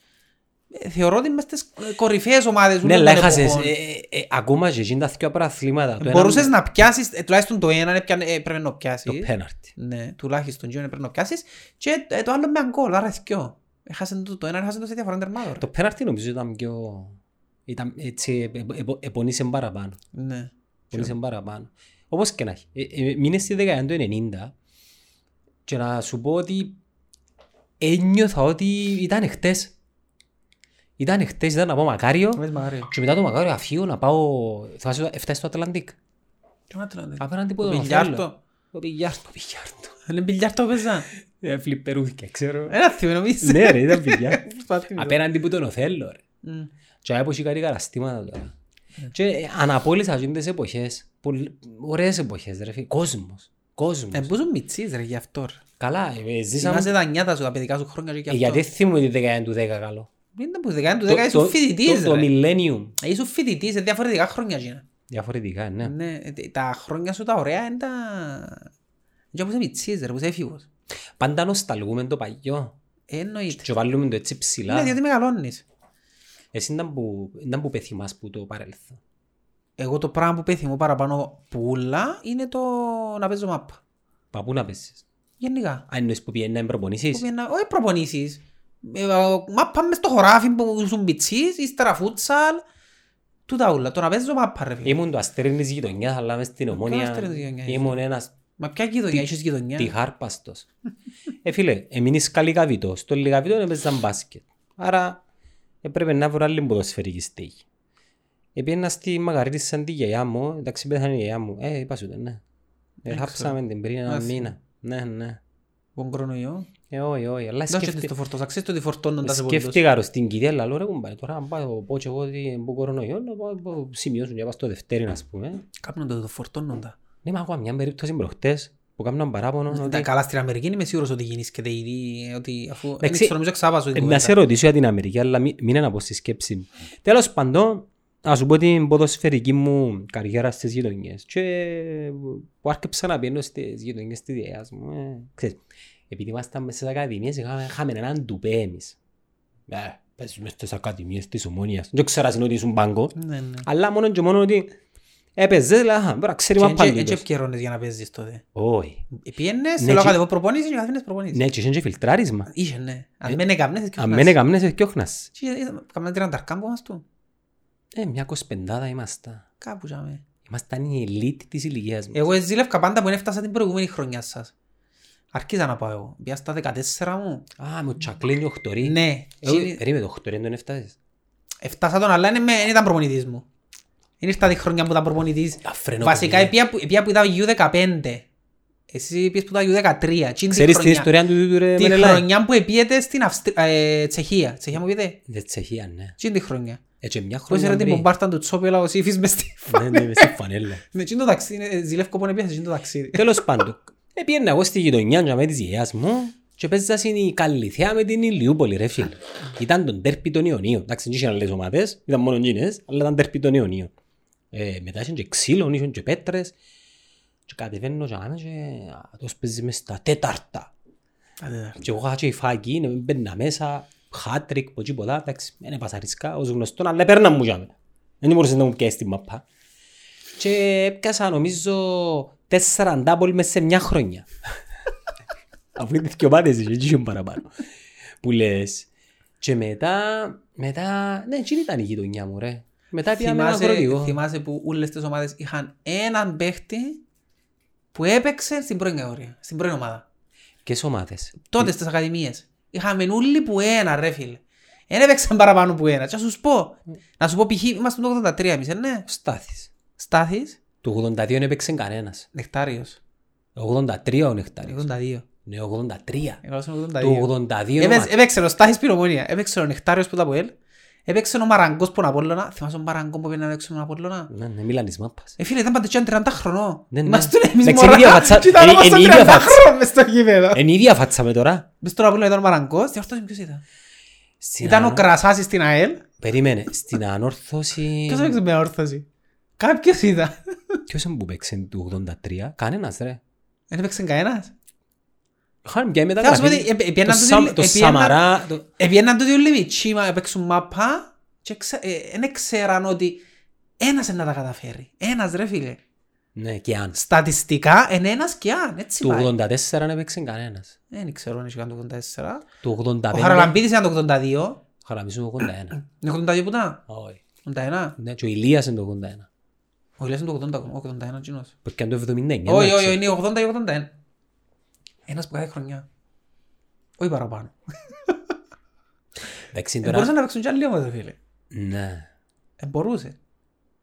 A: ε, θεωρώ ότι είμαστε στις κορυφαίες ομάδες
B: Ναι,
A: όλων
B: αλλά
A: των
B: έχασες.
A: εποχών.
B: ε, ε, ε, Ακόμα και εκείνα τα δύο πραθλήματα. το ένα-
A: Μπορούσες να πιάσεις, ε, τουλάχιστον το ένα έπιανε- ε, πρέπει να
B: Το
A: πιάσεις.
B: πέναρτι.
A: Ναι, τουλάχιστον και πρέπει να πιάσεις και ε, το άλλο με αγκόλ, άρα δυο. Έχασαν το, το ένα, έχασαν το σε διαφορά τερμάτων.
B: Το πέναρτι νομίζω ήταν πιο... Ήταν έτσι, ε, ε, ε, επονήσε παραπάνω.
A: Ναι.
B: Επονήσε παραπάνω. Όπως και να έχει. Ε, ε, Μείνες στη δεκαετία του 90 και να σου πω ότι ένιωθα ότι ήταν χτες. Ήταν χτες, ήταν να πάω Μακάριο
A: Μες μαγαρίο.
B: και μετά το Μακάριο αφήγω να πάω... Θυμάσαι, έφτασε στο Ατλαντικ.
A: Ποιον Ατλαντικό.
B: Απέναντι από
A: Το
B: τον Οθέλο.
A: πιλιάρτο.
B: Το πιλιάρτο, το πιλιάρτο.
A: Είναι πιλιάρτο παίζα.
B: Ε, Φλιπερούθηκε, ξέρω.
A: Ένα θυμή νομίζεις.
B: Ναι ρε, ήταν πιλιάρτο.
A: Προσπαθείς.
B: Απέναντι από τον Οθέλο ρε.
A: Μμ.
B: Και άρα έχει κάτι καταστήματα τώρα. Και ε, αναπόλυσα γίνονται σε εποχές. Πολύ- Ωραίες εποχές ρε φίλε. Κόσμος. Κόσμος.
A: Ε, πόσο μητσής ρε γι' αυτό. ρε.
B: Καλά, ε, ζήσαμε.
A: Θυμάσαι τα νιάτα σου, τα παιδικά σου χρόνια και γι'
B: Ε,
A: αυτό.
B: Γιατί θυμούμε τη δεκαετία του 10 καλό.
A: Δεν ήταν που δεκαετία του
B: Το-
A: δέκα,
B: το-
A: ήσουν φοιτητής
B: το- Το
A: ρε.
B: millennium.
A: Ήσουν φοιτητής, είναι διαφορετικά χρόνια γίνα.
B: Διαφορετικά, ναι.
A: Ναι, ε, τε- τα χρόνια σου τα ωραία είναι τα... Και όπως μητσής ρε, που είσαι έφηβος.
B: Πάντα νοσταλγούμε το παλιό.
A: Ε, Εννοείται.
B: Και βάλουμε το έτσι
A: Ναι,
B: ψηλά.
A: διότι μεγαλώνεις.
B: Εσύ ήταν που, ήταν που πεθυμάς που το παρελθόν.
A: Εγώ το πράγμα που πέθυμω παραπάνω πουλά είναι το να παίζω μάπα.
B: Μα πού να πέσεις.
A: Γενικά.
B: Αν εννοείς που πιένει να είναι
A: Που
B: προπονήσεις.
A: πιένα- Όχι προπονήσεις. Ε, ο- Μάπα μες στο χωράφι που σου μπιτσείς, ύστερα φούτσαλ. Τούτα ούλα. Το να παίζω μάπα ρε φίλε.
B: Ήμουν το αστέρι της γειτονιάς, αλλά μες στην ομόνια.
A: αστέρι της γειτονιάς
B: Ήμουν ένας
A: Μα ποια γειτονιά, είχες γειτονιά.
B: τυχάρπαστος. ε, φίλε, εμείνεις καλικαβητό. Στο λιγαβητό έπαιζαν μπάσκετ. Άρα έπρεπε να βρω άλλη ποδοσφαιρική στέγη. Επίαινα στη Μαγαρίτη σαν τη γιαγιά μου, εντάξει πέθανε η γιαγιά μου. Ε, είπα σου το, ναι. Ε,
A: Δεν
B: χάψαμε την πριν ένα
A: Άσε.
B: μήνα. Ναι, ναι.
A: Τον κορονοϊό.
B: Ε, όχι, όχι, αλλά
A: Δεν
B: σκέφτη-
A: έρχεται στο φορτώσα, ξέρεις το ότι φορτώνοντας σε πολλούς.
B: σκέφτηκα ρε, στην κυρία, αλλά ρε κουμπάρε, τώρα αν πάω, πω και εγώ ότι μπω κορονοϊό, να πάω, πάω, σημειώσουν για πάω στο Δευτέρι, ας πούμε.
A: Κάπνουν το, το φορτώνοντα.
B: Ναι, μα ακούω μια περίπτωση προχτές που κάμναν παράπονο
A: Τα
B: ότι...
A: καλά στην Αμερική είναι σίγουρος ότι γίνησκεται ήδη, ότι αφού...
B: Εντάξει,
A: Δεν ξέρω, νομίζω εξάπαζω την
B: Ε, Να σε
A: κουβέντα.
B: ρωτήσω για την Αμερική, αλλά μη- μην είναι από στη σκέψη μου. Τέλος πάντων, να σου πω την ποδοσφαιρική μου καριέρα στις γειτονιές. Και ε, που άρχισα να πηγαίνω στις γειτονιές της ιδιαίας μου. ε, ξέρεις, επειδή ήμασταν μέσα στις ακαδημίες, είχαμε, είχαμε έναν ντουπέ εμείς. Ε, πες μες στις ακαδημίες της ομόνιας. Δεν ξέρας είναι ότι ήσουν μπάγκο.
A: Ναι, ναι.
B: Αλλά μόνο και μόνο ότι έπαιζες, λέει, αχα, μπορεί να ξέρει μα
A: Και έτσι- έτσι
B: πάλι.
A: επικαιρώνες για να παίζεις τότε.
B: Όχι.
A: Πιένες,
B: Ναι,
A: θέλω
B: και-
A: κάτι, εγώ προπονήσεις και ο καθένας προπονήσεις.
B: Ναι, και είχε και φιλτράρισμα.
A: Είχε, ναι. Αν μένε καπνές,
B: Ε, Αν
A: εθκιόχνας.
B: μένε ε, καμνές, ευκαιόχνας.
A: Και είδα- Κάμαμε τριανταρκά που μας του.
B: Ε, μια κοσπεντάδα ήμασταν.
A: Κάπου τζάμε.
B: Ήμασταν η ελίτ της ηλικίας μας.
A: Εγώ ζήλευκα πάντα που έφτασα την προηγούμενη χρονιά σας. Αρκίζα να πάω εγώ. Πια στα 14 μου.
B: Α, με ο Ε, Τσακλίνι οχτωρή.
A: Ναι.
B: Εγώ-
A: Και-
B: Περίμενε, το 8 δεν τον έφτασες.
A: Εφτάσα τον, αλλά είναι με- δεν ήταν προπονητής μου. Είναι ήρθα τη χρονιά που ήταν προπονητής.
B: Αφρενό.
A: Βασικά,
B: παιδί.
A: επία που, επία που ήταν U15. Εσύ είπες που ήταν U13. Τι είναι τη
B: Ξέρεις την
A: χρονιά-
B: ιστορία του τούτου ρε
A: Τη
B: Μενελάη.
A: χρονιά που επίεται στην Αυστρ- ε, Τσεχία. Τσεχία μου πείτε.
B: Δεν Τσεχία, ναι.
A: Τι είναι τη χρονιά.
B: Έτσι μια
A: Πώς
B: χρόνια
A: είναι την
B: πριν.
A: πομπάρταν του Τσόπελα ο Σύφης μες στη
B: Ναι, ναι, μες στη φανέλα.
A: Ναι, τι είναι το ταξίδι, ε, ζηλεύω πόνο έπιασε, τι είναι το ταξίδι.
B: Τέλος πάντων, έπιανα εγώ στη γειτονιά και με της γιαγιάς μου και παίζα στην η Καλλιθέα με την Ηλιούπολη ρε φίλε. Ήταν τον τέρπι των Ιωνίων. Εντάξει, δεν είχαν άλλες ομάδες, ήταν μόνο γίνες, αλλά ήταν τέρπι των Ιωνίων. Ε, μετά είχαν και ξύλων, είχαν και πέτρες και κατεβαίνω και άμε και αυτός παίζει μες στα τέταρτα. Και εγώ είχα και η φάκη, ναι, μπαίνα μέσα, χάτρικ, από τίποτα, εντάξει, δεν έπασα ρισκά, ως γνωστόν, αλλά έπαιρνα μου για μένα. Δεν μπορούσε να μου πιέσει τη μαπά. Και έπιασα νομίζω τέσσερα αντάπολ μέσα σε μια χρονιά. Αφού είναι και ομάδες, είχε και παραπάνω. Που λες. Και μετά, μετά, ναι, εκείνη ήταν η γειτονιά μου ρε. Μετά πήγαμε ένα
A: Θυμάσαι,
B: αγροτικό.
A: θυμάσαι που όλες τις ομάδες είχαν έναν παίχτη που έπαιξε στην πρώτη κατηγορία, στην πρώτη ομάδα.
B: Ποιες ομάδες.
A: Τότε στις ακαδημίες. Είχαμε όλοι που ένα ρε φίλε. Εν έπαιξαν παραπάνω που ένα. Και να σου πω, να σου πω π.χ. είμαστε το 83 εμείς, ε, ναι.
B: Ο Στάθης.
A: Στάθης,
B: Το 82 δεν έπαιξε κανένας.
A: Νεκτάριος,
B: Ο 83 ο Νεκτάριος.
A: 82.
B: Ναι, ο 83.
A: Εγώ ήμουν
B: Το
A: 82.
B: 82
A: Έπαιξε-
B: είναι
A: Έπαιξε ο Στάθης Πυρομονία, έπαιξε ο Νεκτάριος που ήταν από ελ, έπαιξε ο Μαραγκός που είναι Απόλλωνα. Θυμάσαι τον Μαραγκό που έπαιρνε να παίξει τον Απόλλωνα.
B: Ναι, ναι, μίλαν της μάπας.
A: Ε, φίλε, ήταν πάντα και 30 χρονών.
B: Ναι, ναι.
A: Είμαστε εμείς
B: Εντάξει, είναι η ίδια φατσα-
A: μωρά και ήταν
B: είναι-
A: όμως
B: είναι
A: το
B: η ίδια Ε,
A: 30
B: φατσα.
A: χρόνο μες στο γήπεδο.
B: Εν ίδια φάτσαμε τώρα.
A: Μες στον Απόλλωνα ήταν ο Μαραγκός, διορθώσαμε ποιος ήταν.
B: Στην
A: Ήταν ο
B: ανο-
A: Κρασάσης στην ΑΕΛ.
B: Περίμενε, στην ανόρθωση...
A: Ποιος έπαιξε με όρθωση. Κάποιος ήταν.
B: Ποιος είναι που παίξε του 83, κανένας ρε.
A: Δεν έπαιξε κανένας.
B: Χάρη πια μετά
A: Θέλω να σου πω
B: γραφή.
A: ότι επ-
B: Το
A: επιέναν τούτοι-
B: Σα- Το
A: επιέναν-
B: Σαμαρά... το-
A: Επιέναν τούτοι όλοι βιτσί, μα έπαιξουν μάπα και δεν ξέραν ότι ένας είναι να τα καταφέρει. Ένας ρε φίλε.
B: Ναι, και αν.
A: Στατιστικά είναι ένας και αν. Έτσι
B: Του
A: πάει.
B: 84 δεν έπαιξε κανένας.
A: Δεν ξέρω αν είχε κάνει το 84.
B: Του
A: Ο
B: 85...
A: Χαραλαμπίδης ήταν το 82.
B: Χαραμίσου το 81.
A: Είναι 82 που ήταν.
B: Όχι.
A: 81.
B: Ναι, και ο Ηλίας είναι το 81.
A: Ο Ηλίας είναι το 80 ακόμα, ο 81 κοινός.
B: Που έκανε το 79.
A: Όχι,
B: εντάξει.
A: όχι, είναι 80 ή 81. Ένας που κάθε χρονιά. Όχι παραπάνω.
B: Εντάξει,
A: Μπορούσαν
B: τώρα...
A: Ε, να παίξουν κι άλλοι όμως, ρε φίλε.
B: Ναι.
A: Ε, Μπορούσε.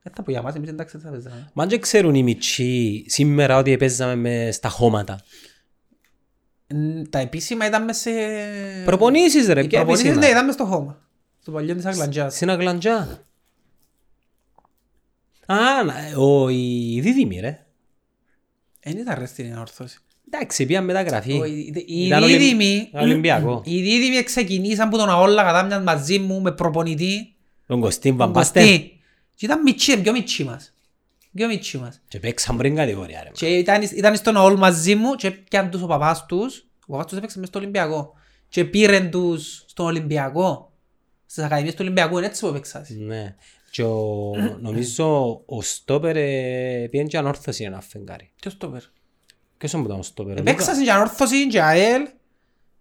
A: Δεν θα πω για μας, εμείς εντάξει δεν θα παίζαμε.
B: Μα αν και ξέρουν οι μητσοί σήμερα ότι παίζαμε με στα χώματα.
A: Ν- Ε, Τα επίσημα ήταν μες σε...
B: Προπονήσεις ρε,
A: Οι
B: ποια
A: Ε, προπονήσεις,
B: επίσημα.
A: ναι, ήταν μες στο χώμα. Στο παλιό της Αγλαντζιάς.
B: Στην Αγλαντζά. Α, να- ο, η Δίδυμη ρε.
A: Δεν ήταν ρε στην ενόρθωση.
B: Εντάξει, πήγαμε μεταγραφή.
A: Ο- οι- Οι
B: Ε, Ήταν Ολυμ-
A: δίδυμοι...
B: ήταν Ολυμπιακό.
A: Οι δίδυμοι ξεκινήσαν που τον αόλα κατά μιας μαζί μου με προπονητή.
B: Τον Κωστίν
A: τον
B: Βαμπάστε.
A: Κωστή. Και ήταν μητσί, πιο μητσί μας. Πιο μητσί μας.
B: Και παίξαν πριν κατηγορία ρε.
A: Και ήταν, ήταν στον αόλ μαζί μου και πιάν τους ο παπάς τους. Ο παπάς τους έπαιξε μες στο Ολυμπιακό. Και πήραν τους στον Ολυμπιακό. Στις ακαδημίες του Ολυμπιακού, είναι έτσι που έπαιξες.
B: Ναι. Και ο, νομίζω ο Στόπερ ε, πήγαινε και ανόρθωση ένα φεγγάρι.
A: Ποιος το πήρε.
B: Ποιος όμως ήταν ο Στόπερ. ο Ε, Λούκα?
A: Επέξασαν και ανόρθωση και ΑΕΛ.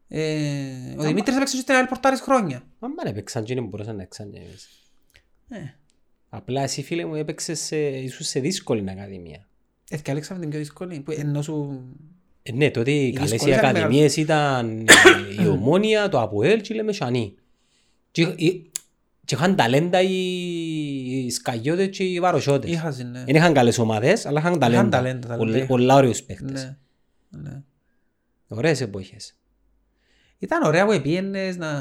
A: Ε, ο Δημήτρης έπαιξε και στην ΑΕΛ πορτάρις χρόνια.
B: Άμα δεν παίξαν και μπορούσαν να παίξαν και εμείς.
A: Ε,
B: Απλά εσύ φίλε μου έπαιξες σε, ήσουν σε δύσκολη ακαδημία.
A: ευκαλέξαμε Ε, την πιο δύσκολη. που Ενώ σου...
B: Ε, ναι, τότε οι καλές οι
A: δυσκολίες ήταν
B: ακαδημίες ήταν ε, η Ομόνια, το Αποέλ και η Λεμεσανή. Και, οι- και είχαν ταλέντα οι, οι Σκαγιώτες και οι Βαροσιώτες.
A: Είχα ναι.
B: Δεν είχαν καλές ομάδες, αλλά είχαν ταλέντα.
A: ταλέντα, ταλέντα
B: Πολλ-
A: είχαν.
B: Πολλά ωραίους παίχτες.
A: Ναι. ναι.
B: Ωραίες εποχές.
A: Ήταν ωραία που επίενες να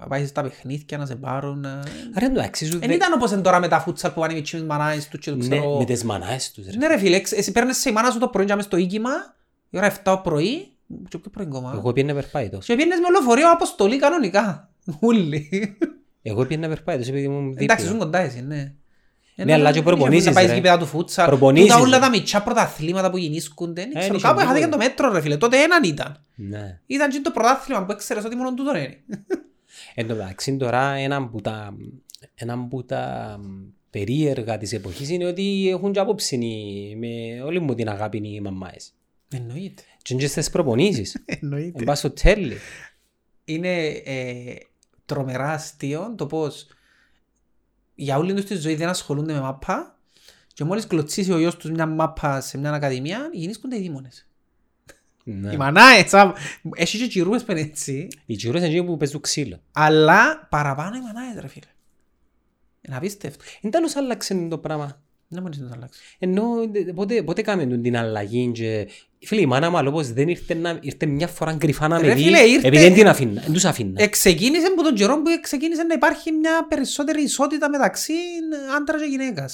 A: να πάεις στα παιχνίδια, να σε πάρουν. να-
B: Άρα το αξίζουν
A: Εν ήταν όπως είναι τώρα με τα φούτσαλ που πάνε οι μητσοί με τις μανάες τους και το
B: Ναι,
A: ξέρω.
B: με τις μανάες τους ρε.
A: Ναι ρε φίλε, εξ- εσύ παίρνες σε η μάνα σου το πρωί και άμες στο οίκημα, η ώρα 7 το πρωί, και πιο πρωί κόμμα.
B: Εγώ πήγαινα περπάτητος.
A: Και πήγαινες με λεωφορείο αποστολή κανονικά. Ούλοι.
B: Εγώ πήγαινα περπάτητος επειδή ήμουν
A: Εντάξει, ζουν
B: δίπλα.
A: κοντά εσύ, ναι.
B: Ναι, αλλά και
A: Ενώ,
B: προπονήσεις,
A: Να πάει
B: ρε.
A: στην πέτα του φούτσα.
B: Προπονήσεις,
A: Τούτα όλα
B: ρε.
A: τα μητσά πρωταθλήματα που γινίσκονται.
B: Ε,
A: Ναι, ξέρω,
B: είχε
A: κάπου
B: τίποτε.
A: είχατε το μέτρο ρε φίλε. Τότε έναν ήταν.
B: Ναι.
A: Ήταν και το πρωτάθλημα που έξερες ότι μόνο τούτο είναι.
B: Εν τω μεταξύ τώρα ένα που τα, ένα που τα μ, περίεργα της εποχής είναι ότι έχουν και απόψη οι- με όλη μου την αγάπη είναι οι μαμάες.
A: Εννοείται.
B: Και είναι και στις προπονήσεις. Εν
A: Εννοείται.
B: πας στο τέλει.
A: Είναι ε, τρομερά αστείο το πώς για όλη τους τη ζωή δεν ασχολούνται με μάπα και μόλις κλωτσίσει ο γιος τους μια μάπα σε μια ακαδημία γινίσκονται οι δίμονες.
B: Ναι.
A: Οι μανάες, α, έχει και κυρούες πεν έτσι.
B: Οι τσιούρες είναι εκείνοι που παίζουν ξύλο.
A: Αλλά παραπάνω οι μανάες ρε φίλε. Είναι απίστευτο.
B: Εν τέλος άλλαξε το πράγμα.
A: Δεν μπορείς να το αλλάξεις.
B: Ενώ δε- πότε, πότε κάμεν την αλλαγή και... Φίλε, η μάνα μου αλλόπως δεν ήρθε, να, ήρθε μια φορά κρυφά να με
A: Ρε
B: δει
A: φίλε, ήρθε- Ε-
B: επειδή δεν την αφήνα, δεν τους αφήνα.
A: Εξεκίνησε από τον καιρό που ξεκίνησε να υπάρχει μια περισσότερη ισότητα μεταξύ άντρας και γυναίκας.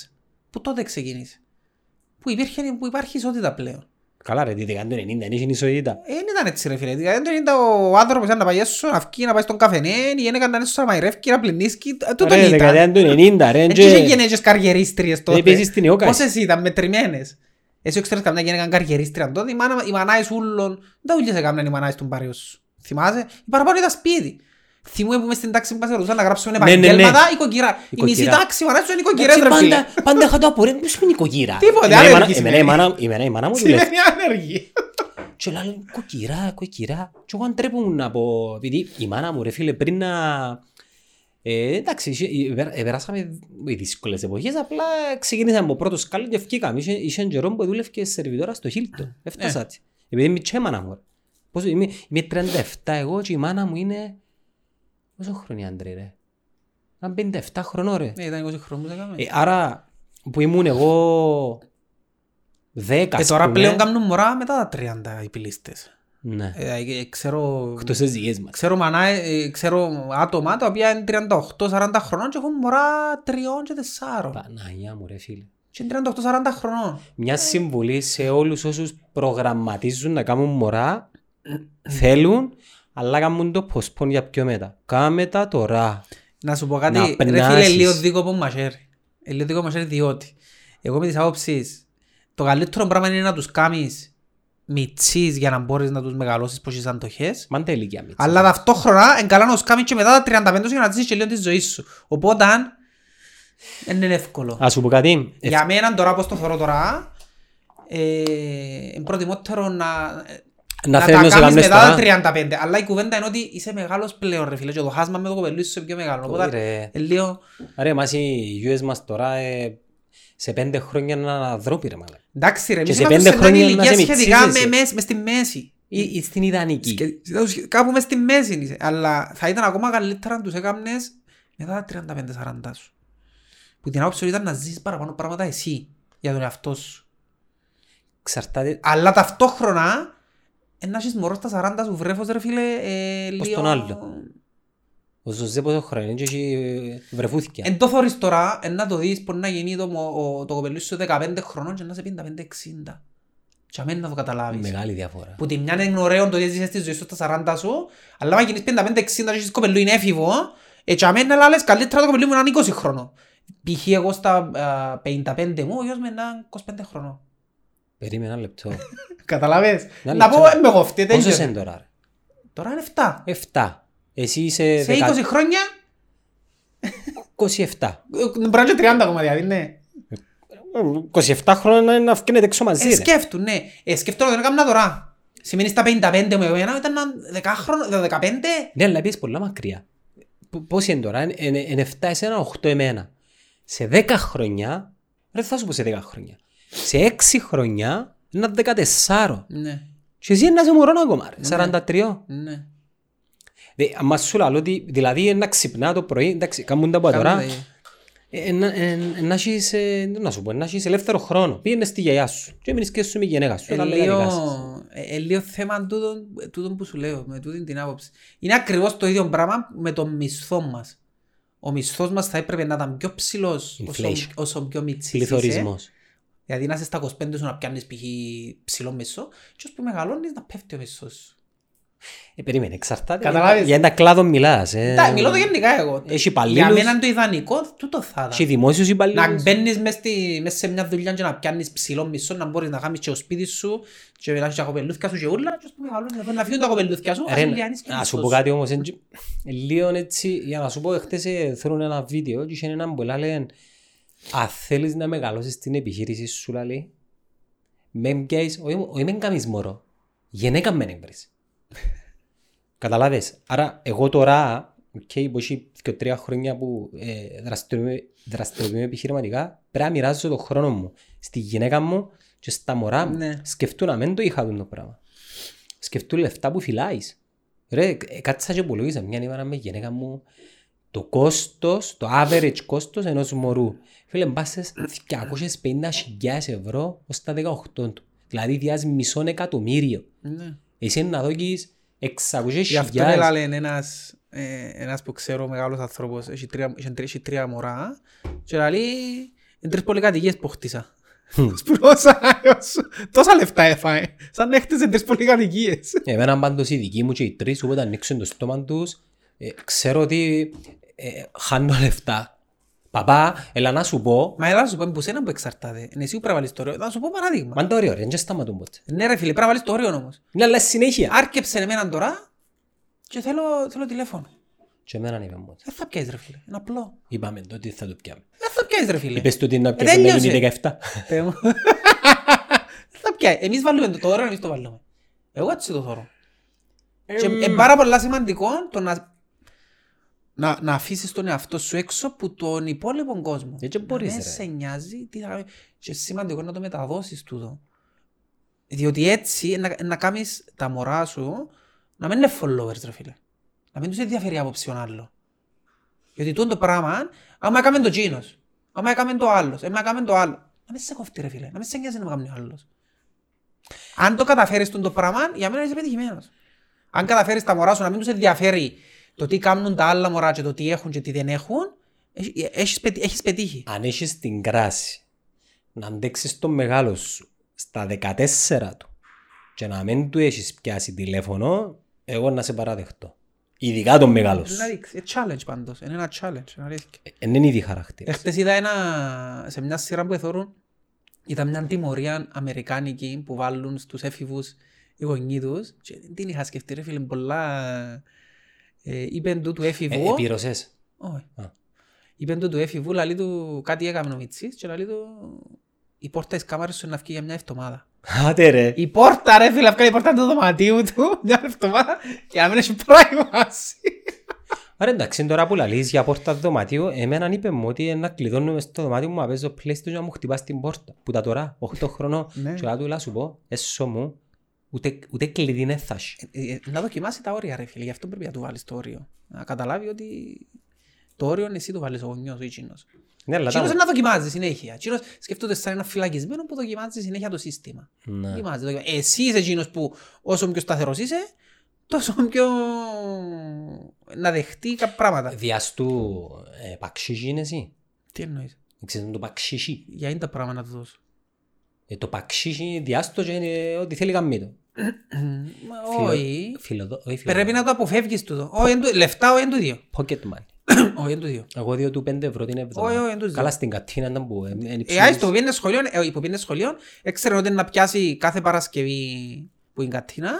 A: Που τότε ξεκίνησε. Που, υπήρχε, που υπάρχει ισότητα πλέον.
B: Καλά ρε, τη δεκαετία του 90 είναι η ισότητα.
A: Ε, Δεν ήταν έτσι, ρε φίλε. Δηλαδή, δεν ήταν ο άνθρωπος να πάει έσω, να βγει, να πάει στον καφενέ, η γυναίκα να είναι έσω, να μαϊρεύει, να πλυνίσκει. Ε, Τούτο
B: Ρε, δηλαδή,
A: ήταν.
B: δεκαετία του 90 ρε.
A: Δεν
B: και-
A: είχε γυναίκες καριερίστριες τότε.
B: Δεν παίζεις στην Ιόκαση.
A: Πόσες ήταν, μετρημένες. Εσύ ξέρεις καμιά γυναίκα καριερίστρια τότε, η μάνα- οι μανάες ούλων, δεν ούλιασε κάμναν οι μανάες των παρέων σου. Θυμάσαι, η παραπάνω ήταν σπίτι. Θυμούμε που μες στην τάξη μας ρωτούσαν να γράψουμε
B: Ναι, ναι, ναι.
A: επαγγέλματα, οικοκυρά. Η μισή
B: Οικοκυρά.
A: τάξη μανάες σου είναι οικοκυρές
B: Εντάξει,
A: ρε φίλε.
B: πάντα, πάντα είχα το απορρέν, ποιος είναι η οικογύρα.
A: Τίποτε,
B: Εμένα η
A: άνεργη
B: μάνα-
A: σημαίνει.
B: εμένα η μάνα- Εμένα η μάνα μου δουλεύει.
A: Σημαίνει άνεργη.
B: Και λέω, κοκυρά, κοκυρά. Και εγώ αντρέπουν να πω, επειδή η μάνα μου ρε φίλε πριν να... Ε, εντάξει, είχε- ε, πέρα- ε, περάσαμε δύσκολες εποχές, απλά ξεκινήσαμε από πρώτος σκάλι και βγήκαμε. Είχε, είχε καιρό που δούλευε σερβιτόρα στο Χίλτο. Έφτασα έτσι. Επειδή είμαι τσέ μάνα μου. ρε. Πόσο, είμαι, είμαι 37 εγώ και η μάνα μου είναι... Πόσο χρόνο είναι Αντρέ ρε. Αν 57 χρονών ρε.
A: Ναι, ήταν 20 χρόνους, έκαμε.
B: Ε, άρα που ήμουν εγώ 10
A: Ε, Τώρα πλέον κάνουν μωρά μετά τα 30 οι πυλίστες.
B: Ναι.
A: Ε, ε, ε, Ξέρω...
B: Εκτός της ζυγής μας.
A: Ξέρω, μανά, ε, ξέρω άτομα τα οποία είναι 38-40 χρονών και έχουν μωρά 3 και 4.
B: Παναγιά μου ρε φίλε.
A: Και είναι 38-40 χρονών.
B: Μια συμβουλή σε όλους όσους προγραμματίζουν να κάνουν μωρά, θέλουν, αλλά κάνουν το postpone για πιο μετά. Κάμε τα τώρα.
A: Να σου πω
B: Να
A: κάτι, ρε φίλε,
B: περνάσεις.
A: λίγο δίκο που μαχαίρει. Ε, Λίγο δίκο μαχαίρει διότι εγώ με τις άποψεις το καλύτερο πράγμα είναι να τους κάνεις μητσείς για να μπορείς να τους μεγαλώσεις πως είσαι αντοχές.
B: Μάντα ηλικία μίτσα.
A: Αλλά ταυτόχρονα είναι καλά να τους κάνεις και μετά τα 35 σου για να ζήσεις και λίγο τη ζωή σου. Οπότε δεν είναι εύκολο.
B: Ας σου πω κάτι. Ε,
A: Για μένα τώρα, πώς το θεωρώ τώρα, ε, προτιμότερο να,
B: να
A: να τα
B: θέλουν να σε
A: κάνεις
B: κάνουν
A: μετά
B: στραβά.
A: τα 35. Αλλά η κουβέντα είναι ότι είσαι μεγάλος πλέον ρε φίλε και το χάσμα με το κοπελί σου είσαι πιο μεγάλο. Οπότε
B: Ρε.
A: ε, λίγο...
B: Ρε, μας οι γιουές μας τώρα ε, σε πέντε χρόνια είναι αναδρόπη ρε
A: Ε,
B: μάλλον.
A: Εντάξει ρε,
B: Και
A: εμείς
B: σε
A: είμαστε
B: πέντε
A: σε μια
B: χρόνια να
A: ηλικία
B: σε
A: σχετικά με,
B: μιτσίζεσαι.
A: μες- μες στη μέση.
B: Ή, ή στην ιδανική.
A: Και- και- Κάπου μες στη μέση είσαι. Αλλά θα ήταν ακόμα καλύτερα αν τους έκαμνες μετά τα 35-40 σου. που την άποψη ότι ήταν να ζήσεις παραπάνω πράγματα εσύ για τον εαυτό σου.
B: Εξαρτάται
A: Αλλά ταυτόχρονα, ε, να έχεις μωρό στα 40 σου βρέφος ρε φίλε, ε,
B: Ως
A: λίγο...
B: τον άλλο. ο Ζωζέ πόσο χρόνο είναι και έχει ε, βρεφούθηκε.
A: Εν το θωρείς τώρα, εν να το δεις, μπορεί να γίνει το, μο- ο- το κοπελί σου 15 χρονών και να είσαι 55-60. Και αμένα να το καταλάβεις.
B: Μεγάλη διαφορά.
A: Που τη μια είναι ωραίο το ότι ζεις στη ζωή σου στα 40 σου, αλλά αν γίνεις 55-60 και έχεις κοπελού είναι έφηβο, ε, και αμένα να λες καλύτερα το κοπελί μου να είναι 20 χρόνο. Π.χ. εγώ στα α, 55 μου, ο γιος μου είναι 25 χρονών.
B: Περίμενα ένα λεπτό.
A: Καταλάβες.
B: Να
A: Να πω,
B: λεπτό.
A: ε, με κοφτεί, δεν
B: Πόσο
A: ξέρω.
B: είσαι τώρα. ρε?
A: Τώρα είναι 7.
B: Εφτά. Εσύ είσαι
A: Σε 20 χρόνια,
B: 27.
A: ε, μπορεί να είναι 30 ακόμα δηλαδή, ναι.
B: 27 χρόνια να βγαίνετε έξω μαζί.
A: Ε,
B: ρε.
A: σκέφτουν, ναι. Ε, σκέφτομαι ότι έκανα τώρα. Σημαίνει στα 55 μου εμένα ήταν ένα 10 χρόνο, 15.
B: Ναι, αλλά πήγες πολλά μακριά. Π- Πώς είναι τώρα, είναι- είναι είναι 7 εσένα, 8 εμένα. Σε 10 χρόνια, ρε θα σου πω σε 10 χρόνια. Σε 6 χρόνια, ένα 14.
A: Ναι,
B: Και εσύ ένας μωρόν ακόμα, ρε,
A: Ναι.
B: 43.
A: ναι.
B: Δε, άμα σου λαλώ ότι, δηλαδή, να ξυπνά το πρωί, εντάξει, κάμουν τα από τώρα,
A: Κάνουμε,
B: ε, ε, να- ε, ε, να έχεις, ε, τι να σου πω, να έχεις ελεύθερο χρόνο. Πήγαινε στη γιαγιά σου και έμεινες και σου με η γενέκα σου.
A: ε,
B: τα άλλα τα
A: λίγο-
B: δικά σας.
A: ε, ε, λίγο θέμα τούτον, τούτον που σου λέω, με τούτη την άποψη. Είναι ακριβώς το ίδιο πράγμα με τον μισθό μας. Ο μισθός μας θα έπρεπε να ήταν πιο ψηλός όσο,
B: Inflation.
A: όσο πιο μητσής είσαι.
B: Πληθωρισμός.
A: Δηλαδή να είσαι στα 25 σου να πιάνεις π.χ. ψηλό μισθό και όσο που μεγαλώνεις να πέφτει ο μισθός σου.
B: Ε, περίμενε, εξαρτάται.
A: Καταλάβεις.
B: Για ένα κλάδο μιλάς. ε.
A: Τα, μιλώ το γενικά εγώ.
B: Έχει
A: Για
B: υπαλλήλους,
A: μένα το ιδανικό τούτο θα
B: έχει
A: ήταν.
B: δημόσιους
A: Να
B: υπαλλήλους.
A: μπαίνεις μες, στη, μες σε μια δουλειά και να πιάνεις ψηλό μισό, να μπορείς να κάνεις και το σπίτι σου και να έχεις τα κοπελούθκια σου και ούλα και όσο που μεγαλώνεις να μπορείς να φύγουν τα κοπελούθκια σου, ας
B: Ε, Ρε,
A: λιάνεις και
B: να σου
A: μισθός
B: πω κάτι όμως, έτσι, λίγο έτσι, για να σου πω, χτες ε, θέλουν ένα βίντεο και είχε έναν που λένε αν θέλεις να μεγαλώσεις την επιχείρηση σου, λέει, μεν πιάσεις, όχι όχι μεν κάνεις μωρό, γενέκα μεν έμπρες. Καταλάβες, άρα εγώ τώρα, okay, που έχει και τρία χρόνια που ε, δραστηριοποιούμε, δραστηριοποιούμε επιχειρηματικά, πρέπει να μοιράζω τον χρόνο μου στη γυναίκα μου και στα μωρά μου.
A: Ναι.
B: Σκεφτούν να μην το είχα το πράγμα. Σκεφτούν λεφτά που φυλάεις. Ρε, ε, κάτσα και υπολογίζα μια ημέρα με γυναίκα μου το κόστος, το average κόστος ενός μωρού. Φίλε, μπάσες 250.000 ευρώ ως τα 18 του. Δηλαδή, διάζει μισό εκατομμύριο.
A: Ναι.
B: Εσύ είναι να δώκεις 600.000.
A: Γι' αυτό έλεγε ένας, ε, ένας που ξέρω μεγάλος άνθρωπος, έχει τρία, είχε τρία, έχει τρία μωρά και λέει είναι τρεις πολυκατοικίες που χτίσα. Σπρώσα, τόσα λεφτά έφαε, σαν να έχτιζε τρεις πολυκατοικίες.
B: Εμένα πάντως οι δικοί μου και οι τρεις όποτε ανοίξουν το στόμα τους ε, ξέρω ότι ε, χάνω λεφτά. Παπά, έλα να σου πω.
A: Μα έλα να σου πω, είναι που σένα που εξαρτάται. Είναι εσύ που πρέπει να βάλεις το όριο. Να σου πω παράδειγμα.
B: Μα είναι το όριο ρε, δεν και σταματούν ποτέ.
A: Ναι ρε φίλε, πρέπει να βάλεις το όριο όμως.
B: Ναι, αλλά συνέχεια.
A: Άρκεψε εμένα τώρα και θέλω, θέλω τηλέφωνο.
B: Και εμένα είπαμε ότι.
A: Δεν θα πιάσεις ρε φίλε, είναι απλό.
B: Είπαμε τότε ότι θα το πιάμε.
A: Δεν θα πιάσεις ρε φίλε.
B: Είπες του ότι να
A: Ε, δεν
B: πιάμε με
A: νιώσε.
B: την 17.
A: Θεέ μου. Δεν θα πιάει. Εμείς βάλουμε το, το όριο, εμείς το βάλουμε. Εγώ έτσι το θωρώ. Και
B: Ε,
A: είναι πάρα πολλά σημαντικό το να, να, να αφήσεις τον εαυτό σου έξω από τον υπόλοιπο κόσμο.
B: Ε, και μπορείς,
A: να μην
B: ρε.
A: σε νοιάζει τι θα... Και σημαντικό να το μεταδώσεις τούτο. Διότι έτσι να, να κάνεις τα μωρά σου να μην είναι followers ρε φίλε. Να μην τους ενδιαφέρει η άποψη των άλλων. Γιατί τούτο πράγμα, άμα έκαμε το Τζίνος, άμα έκαμε το άλλος, άμα έκαμε το άλλο. Να μην σε κοφτεί ρε φίλε, να μην σε νοιάζει να με κάνει ο άλλος. Αν το καταφέρεις τον το πράγμα, για μένα είσαι πετυχημένος. Αν καταφέρεις τα μωρά σου να μην τους ενδιαφέρει το τι κάνουν τα άλλα μωρά και το τι έχουν και τι δεν έχουν, έχ- έχεις, πετύ- έχεις πετύχει.
B: Αν έχεις την κράση να αντέξεις τον μεγάλο σου στα 14 του και να μην του έχεις πιάσει τηλέφωνο, εγώ να σε παραδεχτώ. Ειδικά τον μεγάλο σου.
A: Να δείξεις. Ε, challenge πάντως. Είναι ένα challenge. Είναι αλήθεια.
B: Δεν είναι ήδη χαρακτήρας.
A: Εχθές είδα ένα, σε μια σειρά που εθώρουν, ήταν μια τιμωρία αμερικάνικη που βάλουν στους έφηβους οι γονείς τους και δεν την είχα σκεφτεί ρε φίλε πολλά... Ε, είπεν του του έφηβου...
B: Επίρωσες.
A: Όχι.
B: ε, Α.
A: Είπεν του του έφηβου, λαλεί του κάτι έκαμε ο Μιτσής και λαλεί του η πόρτα της κάμαρας σου είναι να βγει για μια εβδομάδα.
B: Άντε ρε.
A: Η πόρτα ρε φίλε, βγάλει η πόρτα του δωματίου του μια εβδομάδα για να μην έχει πράγμα.
B: Άρα εντάξει, τώρα που λαλείς για πόρτα δωματίου, εμένα είπε μου ότι να κλειδώνουμε στο δωμάτιο μου να παίζω PlayStation να μου χτυπάς την πόρτα. Που τα τώρα, 8 χρονών,
A: Ναι.
B: και να του λα σου πω, έσω μου, ούτε, ούτε κλειδί δεν θα έχει.
A: Ε, ε, να δοκιμάσει τα όρια ρε φίλε, γι' αυτό πρέπει να του βάλεις το όριο. Να καταλάβει ότι Το όριο είναι εσύ το βάλεις ο γονιός ο εκείνος.
B: Ναι, αλλά
A: Εκείνος
B: τα-
A: είναι να δοκιμάζει συνέχεια. Εκείνος σκεφτούνται σαν ένα φυλακισμένο που δοκιμάζει συνέχεια το σύστημα.
B: Ναι.
A: Δοκιμάζει, δοκιμάζει. Εσύ είσαι εκείνος που όσο πιο σταθερός είσαι, τόσο πιο να δεχτεί κάποια πράγματα.
B: Διαστού ε, παξίσι είναι εσύ.
A: Τι εννοείς,
B: Ξέρετε το παξίσι.
A: για είναι τα πράγματα να το δώσω.
B: Ε, το παξίσι διάστο και είναι ό,τι θέλει καμί το.
A: Μα
B: Φιλο-
A: Όχι,
B: Φιλοδο... όχι φιλοδο-
A: πρέπει να το αποφεύγεις τούτο. Όχι, εν του- λεφτά, όχι εν του δύο.
B: Pocket money.
A: Όχι, εν του δύο.
B: Εγώ δύο του πέντε ευρώ την
A: Όχι,
B: εβδομάδα.
A: όχι, ε, εν του δύο.
B: Καλά στην κατίνα ήταν που ε, εν
A: Ε, άι,
B: υψηλής.
A: στο πήγαινε σχολείο, ε, που πήγαινε σχολείο, έξερε ότι είναι να πιάσει κάθε Παρασκευή που είναι κατίνα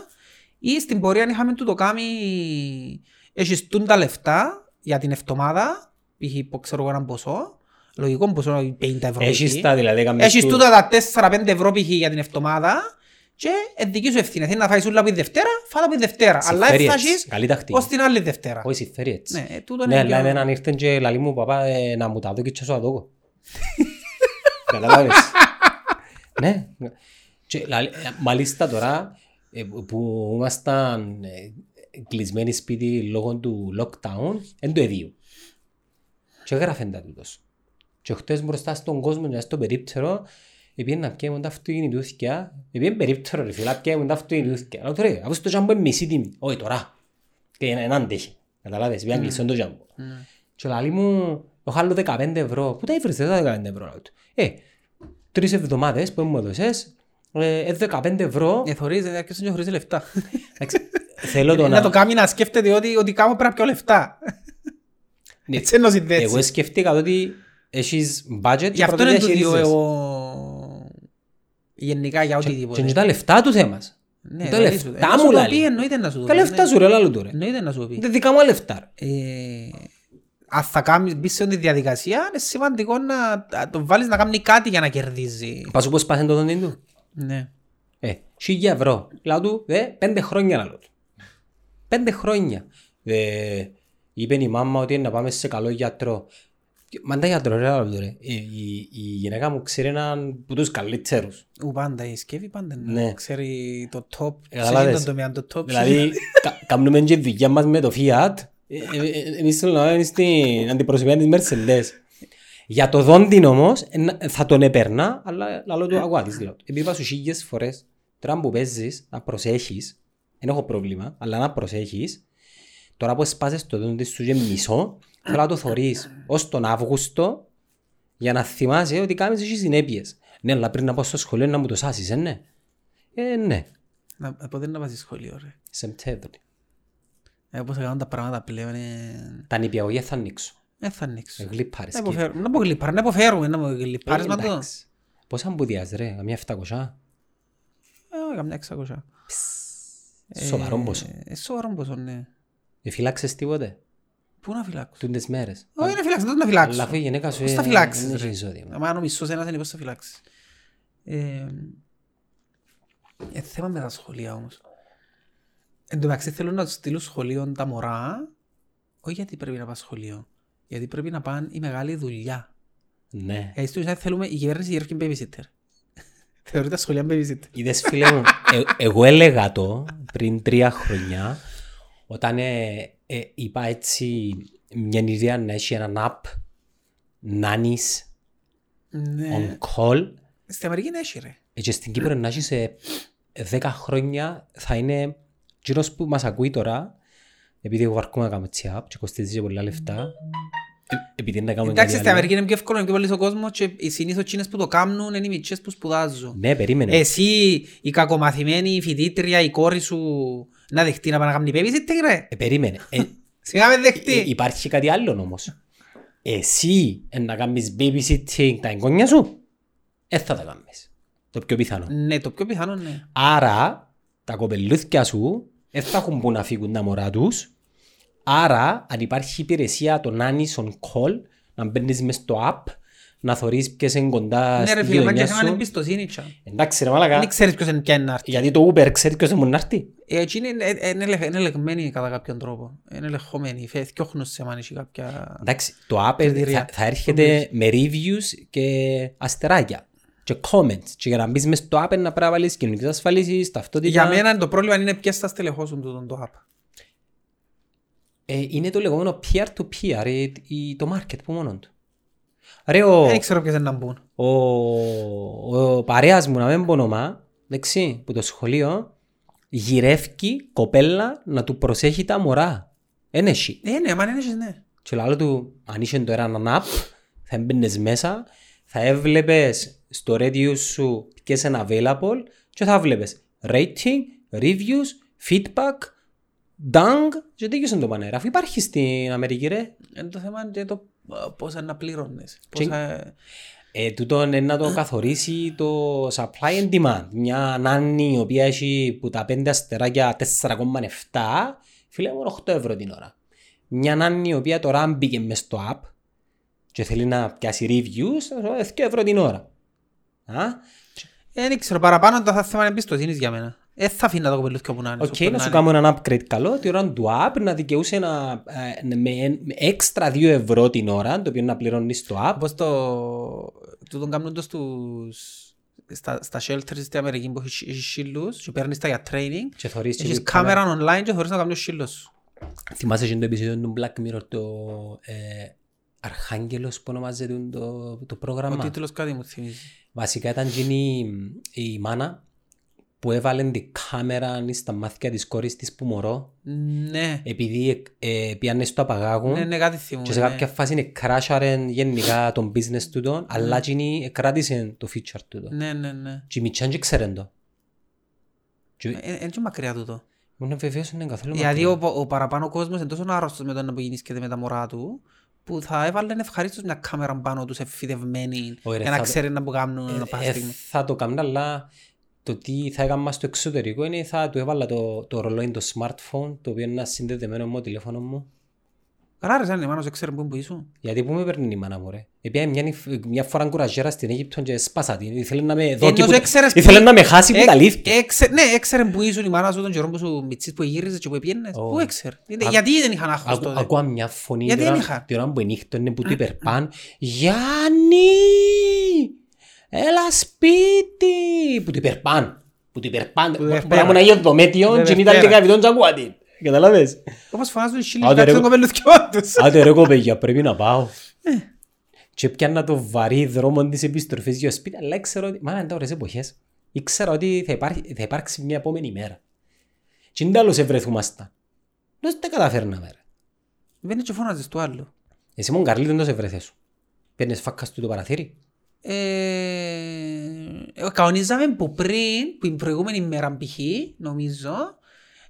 A: ή στην πορεία αν είχαμε του το κάνει έχεις τούν τα λεφτά για την εβδομάδα, π.χ. που ξέρω εγώ έναν ποσό, λογικό ποσό 50 ευρώ.
B: Έχεις
A: π.χ.
B: τα δηλαδή καμί
A: Έχεις
B: του-
A: τούτα τα 4-5 ευρώ π.χ. για την εβδομάδα και ε, δική σου ευθύνη. Θέλει να φάεις όλα από τη Δευτέρα, φάτα από τη Δευτέρα. Αλλά
B: συμφέρειες.
A: έφτασεις
B: Καλή τακτική.
A: ως την άλλη Δευτέρα.
B: Όχι συμφέρειες.
A: Ναι, ε, τούτο
B: Ναι,
A: είναι
B: αλλά
A: πιο-
B: εμένα αν ήρθαν και λαλή μου παπά ε, να μου τα δω και τσάσω να δω. Καταλάβες. Ναι. Και, λαλή- ε, μάλιστα τώρα ε, που ήμασταν ε, κλεισμένοι σπίτι λόγω του lockdown, εν το εδίου. Και έγραφε τα τούτος. Και χτες μπροστά στον κόσμο και στο περίπτερο, επειδή να πιέμουν τα αυτοκινητούθηκια, επειδή περίπτερο ρε φίλα, πιέμουν τα αυτοκινητούθηκια. Λέω του ρε, αφού στο τζάμπο είναι μισή τιμή. Όχι τώρα. Και είναι έναν τέχει. Καταλάβες, επειδή αγγλισόν το τζάμπο.
A: Ναι.
B: Και λέει μου, το χάλω 15 ευρώ. Πού τα ήβρες τα 15 ευρώ. λέω του. Ε, τρεις εβδομάδες που μου έδωσες, ε, ε, 15 ευρώ.
A: Ε, θωρείς, ε, αρκετός είναι χωρίς λεφτά.
B: Εντάξει, Θέλω το
A: Ε, Να το
B: να...
A: κάνει να σκέφτεται ότι, ότι κάνω πρέπει να πιω λεφτά.
B: Ναι.
A: Έτσι ενώ συνδέσεις.
B: Εγώ σκεφτήκα ότι έχεις budget
A: Γι'
B: και
A: αυτό
B: πρώτα
A: είναι το δύο ε,
B: διαχειρίζεσαι.
A: εγώ γενικά για
B: Και
A: οτιδήποτε.
B: είναι τα λεφτά του θέμας.
A: Ναι,
B: τα
A: να
B: λεφτά
A: σου- να σου το
B: μου, λαλεί.
A: πει, Εννοείται να σου το
B: Τα
A: πει.
B: λεφτά
A: ναι.
B: σου Ναι. ρε λάλου του ρε.
A: Εννοείται να σου το πει.
B: Είναι δικά μου λεφτά. ρε.
A: Ε, Αν θα κάνεις- μπεις σε αυτή τη διαδικασία, είναι σημαντικό να να τον βάλεις να κάνει κάτι για να κερδίζει.
B: Θα σου πω σπάσε το δόντι του.
A: Ναι.
B: Ε, χίλια ευρώ. Λάω του, δε, πέντε χρόνια λαλό του. Πέντε χρόνια. Ε, είπε η μάμα ότι είναι να πάμε σε καλό γιατρό. Και- Μα τα γιατρό ρε λαλό του ρε. Ε, η, η γυναίκα μου ξέρει έναν που τους καλύτερους.
A: Ου, πάντα η σκεύη πάντα είναι.
B: Ναι.
A: Ξέρει το top,
B: Ε,
A: ξέρει
B: καταλάβες.
A: τον τομέα, το top.
B: δηλαδή, κα- κάνουμε και δουλειά μας με το Fiat. Ε, ε, ε, Εμείς θέλω να είναι στην αντιπροσωπεία της Mercedes. Για το δόντιν όμως, ε, να- θα τον επερνά, αλλά λαλό του αγουάτης. λέω του. Επειδή είπα σου χίλιες φορές, τώρα που παίζεις, να προσέχεις, δεν έχω πρόβλημα, αλλά να προσέχεις, τώρα που σπάζεις το δόντι σου και μισό, θέλω να το θωρείς ως τον Αύγουστο, για να θυμάσαι ότι κάνεις εσύ συνέπειες. Ναι, αλλά πριν να πάω στο σχολείο να μου το σάσεις, ε, ναι. Ε, ναι.
A: Να- Ποτέ να βάζεις σχολείο, ρε.
B: Σεπτέμβρη.
A: Ε, Όπως θα κάνουν τα πράγματα πλέον, ε,
B: Τα νηπιαγωγεία θα ανοίξω. Ε,
A: δεν ε, θα ανοίξω.
B: Γλύπαρες.
A: Να υποφέρουμε, να υπογλυπάρουμε, να υποφέρουμε, να
B: Ε,
A: γλυπάρισμα το.
B: Πόσα μπουδιάς ρε, καμιά 700.
A: Ε, Καμιά εξακόσια. Ε,
B: Σοβαρό ποσό.
A: ε, Σοβαρό ποσό, ναι.
B: Ε, φυλάξες τίποτε,
A: Πού να φυλάξω.
B: τούντες μέρες.
A: Όχι να φυλάξω, δεν το να
B: Αλλά
A: φυλάξω.
B: αφού η γυναίκα σου
A: Πώς τα
B: ε,
A: φυλάξεις,
B: δεν
A: ρε.
B: έχει εισόδημα.
A: Αμά αν ο μισθός ένας είναι πώς θα φυλάξεις. Ε, ε, θέμα με τα σχολεία όμως. Εν τω μεταξύ θέλω να τους στείλω σχολείο τα μωρά, όχι γιατί πρέπει να πάνε σχολείο, γιατί πρέπει να πάνε η μεγάλη δουλειά.
B: Ναι.
A: Γιατί στο Ισραήλ θέλουμε η κυβέρνηση γύρω και babysitter. Θεωρεί τα σχολεία babysitter.
B: Είδες φίλε μου, ε, εγώ έλεγα το πριν τρία χρόνια, όταν ε, ε, είπα έτσι μια ιδέα να έχει έναν app, nannies,
A: Ναι.
B: on call,
A: Στην Αμερική είναι έτσι ρε.
B: Ε, Και στην Κύπρο να έχει σε 10 χρόνια θα είναι γύρω που μας ακούει τώρα, επειδή εγώ βαρκούμε να κάνουμε τσιάπ και κοστίζει και πολλά λεφτά, ε, επειδή να κάνουμε
A: Εντάξει,
B: κάτι
A: στην
B: άλλο.
A: Αμερική είναι πιο εύκολο, είναι πιο πολύ ο κόσμο και οι συνήθως τσίνες που το κάνουν είναι οι μητσές που σπουδάζουν.
B: Ναι, περίμενε.
A: Ε, Εσύ, η κακομαθημένη η φοιτήτρια, η κόρη σου, να δεχτεί να πάει να κάνει babysitter, ρε.
B: Ε, περίμενε. Ε,
A: Σιγά με
B: ε,
A: δεχτεί.
B: υπάρχει κάτι άλλο όμως. Εσύ ε, να κάνεις babysitting τα εγγόνια σου, ε, θα τα κάνεις. Το πιο πιθανό.
A: Ναι, το πιο πιθανό ναι.
B: Άρα, τα κοπελούθια σου δεν θα έχουν που να φύγουν τα μωρά τους. Άρα, αν υπάρχει υπηρεσία το nannies on call, να μπαίνεις μες στο app, να θωρείς ποιες είναι κοντά
A: Ναι,
B: στη
A: ρε φίλε, μα και
B: γειτονιά
A: θέμα είναι
B: σου.
A: εμπιστοσύνη. τσα.
B: Εντάξει ρε μάλακα,
A: Δεν ξέρεις ποιος είναι ποια είναι να έρθει.
B: γιατί το Uber ξέρει ποιος είναι να έρθει.
A: Ε, εκείνη είναι- ε, είναι ελεγ- είναι ελεγμένη κατά κάποιον τρόπο. Είναι ελεγχόμενη. Φε- θκιώχνουν σε αν έχει κάποια...
B: Εντάξει, το app
A: Κριτήρια.
B: θα, θα έρχεται με reviews και αστεράκια και comments και για να μπεις μες στο app να πρέπει να βάλεις κοινωνικές ασφαλίσεις, ταυτότητα.
A: Για μένα το πρόβλημα είναι ποιες θα στελεχώσουν τούτον το app.
B: Ε, είναι το λεγόμενο peer-to-peer, ε, η- το market που μόνο του. Ρε, ο,
A: Δεν ξέρω ποιες είναι να μπουν.
B: ο, ο παρέας μου, να μην πω ονομά, εντάξει, που το σχολείο, γυρεύει κοπέλα να του προσέχει τα μωρά. Ένα εσύ.
A: Ε, ναι, άμα είναι έχεις, ναι.
B: Και λέω του, αν είσαι το έναν app, θα έμπαινες μέσα, θα έβλεπες στο radio σου ποιες είναι available και θα βλέπεις rating, reviews, feedback, dang και τέτοιος είναι το πανέρα. Αφού υπάρχει στην Αμερική ρε.
A: Ε, το θέμα είναι και το ε, πόσα να πληρώνεις.
B: Και-
A: Πόσα...
B: Ε, τούτο είναι να το καθορίσει το supply and demand. Μια νάνη η οποία έχει που τα 5 αστεράκια 4,7 φίλε μόνο 8 ευρώ την ώρα. Μια νάνη η οποία τώρα αν μπήκε μες στο app και θέλει να πιάσει reviews, θα σου πει, 2 ευρώ την ώρα. Α,
A: Ε, δεν ξέρω, παραπάνω το θα θέμα είναι εμπιστοσύνης για μένα. Ε, θα αφήνα το κοπελούθκιο που να είναι.
B: Οκ,
A: σου περνάνε.
B: να σου κάνω έναν upgrade καλό, την ώρα του app να δικαιούσε ένα, ε, με, με έξτρα 2 ευρώ την ώρα, το οποίο να πληρώνεις στο app.
A: Όπως το... Του τον κάνουν το στους... Στα, στα shelters στην Αμερική που έχεις έχεις σύλλους και παίρνεις τα για training.
B: Και θωρείς και
A: Έχεις
B: την κάμερα.
A: κάμερα online και χωρίς να κάνεις σύλλο σου.
B: Θυμάσαι και το επεισόδιο του Black Mirror, το ε, Αρχάγγελος που ονομάζεται το, το
A: Ο
B: πρόγραμμα.
A: τίτλος κάτι μου θυμίζει.
B: Βασικά ήταν γίνει η, η μάνα που έβαλε την κάμερα στα μάτια της κόρης της που μωρό
A: Ναι,
B: επειδή ε, ε, πιάνε στο απαγάγουν
A: ναι, ναι, κάτι θυμούμαι.
B: και σε
A: ναι.
B: κάποια φάση κράσαρεν γενικά τον business του τον αλλά γίνει κράτησε το feature του τον.
A: Ναι, ναι, ναι.
B: Και οι μητσάν και ξέρουν το. Και
A: Ε, Είναι και μακριά τούτο.
B: ήμουν βεβαίως είναι καθόλου
A: Δηλαδή
B: μακριά.
A: ο, ο παραπάνω κόσμος είναι τόσο άρρωστος με το να γεννήσκεται με τα μωρά του που θα έβαλε ευχαρίστως μια κάμερα πάνω τους εφηδευμένη
B: Ωραία,
A: για να
B: θα-
A: ξέρει να που κάνουν
B: Ε,
A: πάσα στιγμή.
B: θα το κάνω, αλλά το τι θα έκανα στο εξωτερικό είναι θα του έβαλα το, το ρολόι το smartphone, το οποίο είναι ένα συνδεδεμένο με το τηλέφωνο μου.
A: Καλά ρε σαν εμένα όσο ξέρουν που είναι που ήσουν.
B: Γιατί πού με παίρνει η μάνα μου, ρε. Επειδή μια, νυφ- μια φορά κουραζιέρα στην Αίγυπτο και σπάσα την. Ήθελε να με δω
A: Ενώ
B: τίποτα-
A: σε ξέρες
B: Ήθελε
A: που-
B: να με χάσει που
A: Ε,
B: τα αλήθεια.
A: έξε- Ναι, έξερε που ήσουν η μάνα σου τον καιρό που σου μητσής που γύριζες και που επιένες.
B: Ω.
A: Πού έξερε. Είναι-
B: Α-
A: Γιατί δεν είχαν άγχος τότε.
B: Ακούω μια φωνή
A: ε, Γιατί
B: την ώρα-
A: δεν είχα.
B: την ώρα που ενύχτωνε που του υπερπάν «Γιάννη! Έλα σπίτι!» Που του υπερπάν. Που του υπερπάν.
A: του
B: Μπορεί να
A: υπερπάν.
B: ήμουν Άγιος Δομέτιον
A: Δεν
B: και ήταν
A: υπερπάν.
B: και καβιτόν τζαγκουάτι. Καταλάβες.
A: Όπως φωνάζουν οι σύλλοι
B: Άντε,
A: μεταξύ
B: ρε.
A: των κοπελουθιών τους.
B: Άντε ρε κοπέγια, πρέπει να πάω. Και πιάνα το βαρύ δρόμο της επιστροφής για σπίτι, αλλά ξέρω ότι... Μα είναι τώρα εποχές. Ήξερα ότι θα, υπάρχει, θα υπάρξει μια επόμενη μέρα. Και είναι τέλος ευρεθούμασταν. Δεν τα καταφέρναμε. ρε.
A: Μπαίνεις και φωνάζεις του άλλου.
B: Εσύ μόνο καρλί δεν το σε βρέθε σου. Παίρνεις φάκα του το παραθύρι.
A: Ε, ε, Καονίζαμε που πριν, που την προηγούμενη μέρα π.χ. νομίζω,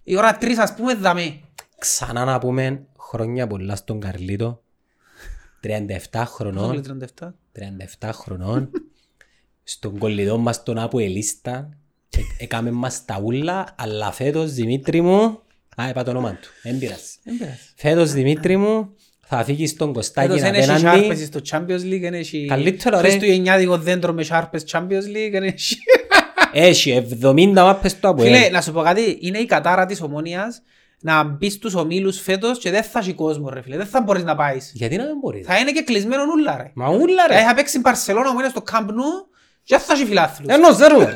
A: η ώρα τρεις ας πούμε δαμε.
B: Ξανά να πούμε χρόνια πολλά στον Καρλίτο. 37
A: Πόσο λέει
B: χρονών.
A: 37.
B: 37 χρονών. στον κολλητό μας τον Άπο Ελίστα. Ε- Έκαμε μας τα ούλα, αλλά φέτος Δημήτρη μου... Α, είπα το όνομα του. Εν πειράζει.
A: Δεν πειράζει.
B: Φέτος Δημήτρη μου θα φύγεις στον Κωστάκη
A: Φέτος δεν έχει
B: απέναντι.
A: σάρπες στο Champions League, δεν έχει
B: Καλύτερο, ρε.
A: χριστουγεννιάτικο δέντρο με σάρπες Champions League, δεν έχει...
B: Έχει 70 μάπες του Άπο
A: Φίλε,
B: Ελίστα.
A: να σου πω κάτι, είναι η κατάρα της ομόνιας να μπεις στους ομίλους φέτος και δεν θα έχει κόσμο ρε φίλε, δεν θα μπορείς να πάεις.
B: Γιατί να μην μπορείς.
A: Θα είναι και κλεισμένο νουλά ρε.
B: Μα ούλα
A: Δηλαδή
B: ρε.
A: θα παίξει η Μπαρσελόνα ομόνια στο Camp Nou και ε, δεν θα έχει φιλάθλους.
B: Ενός δεν ρε.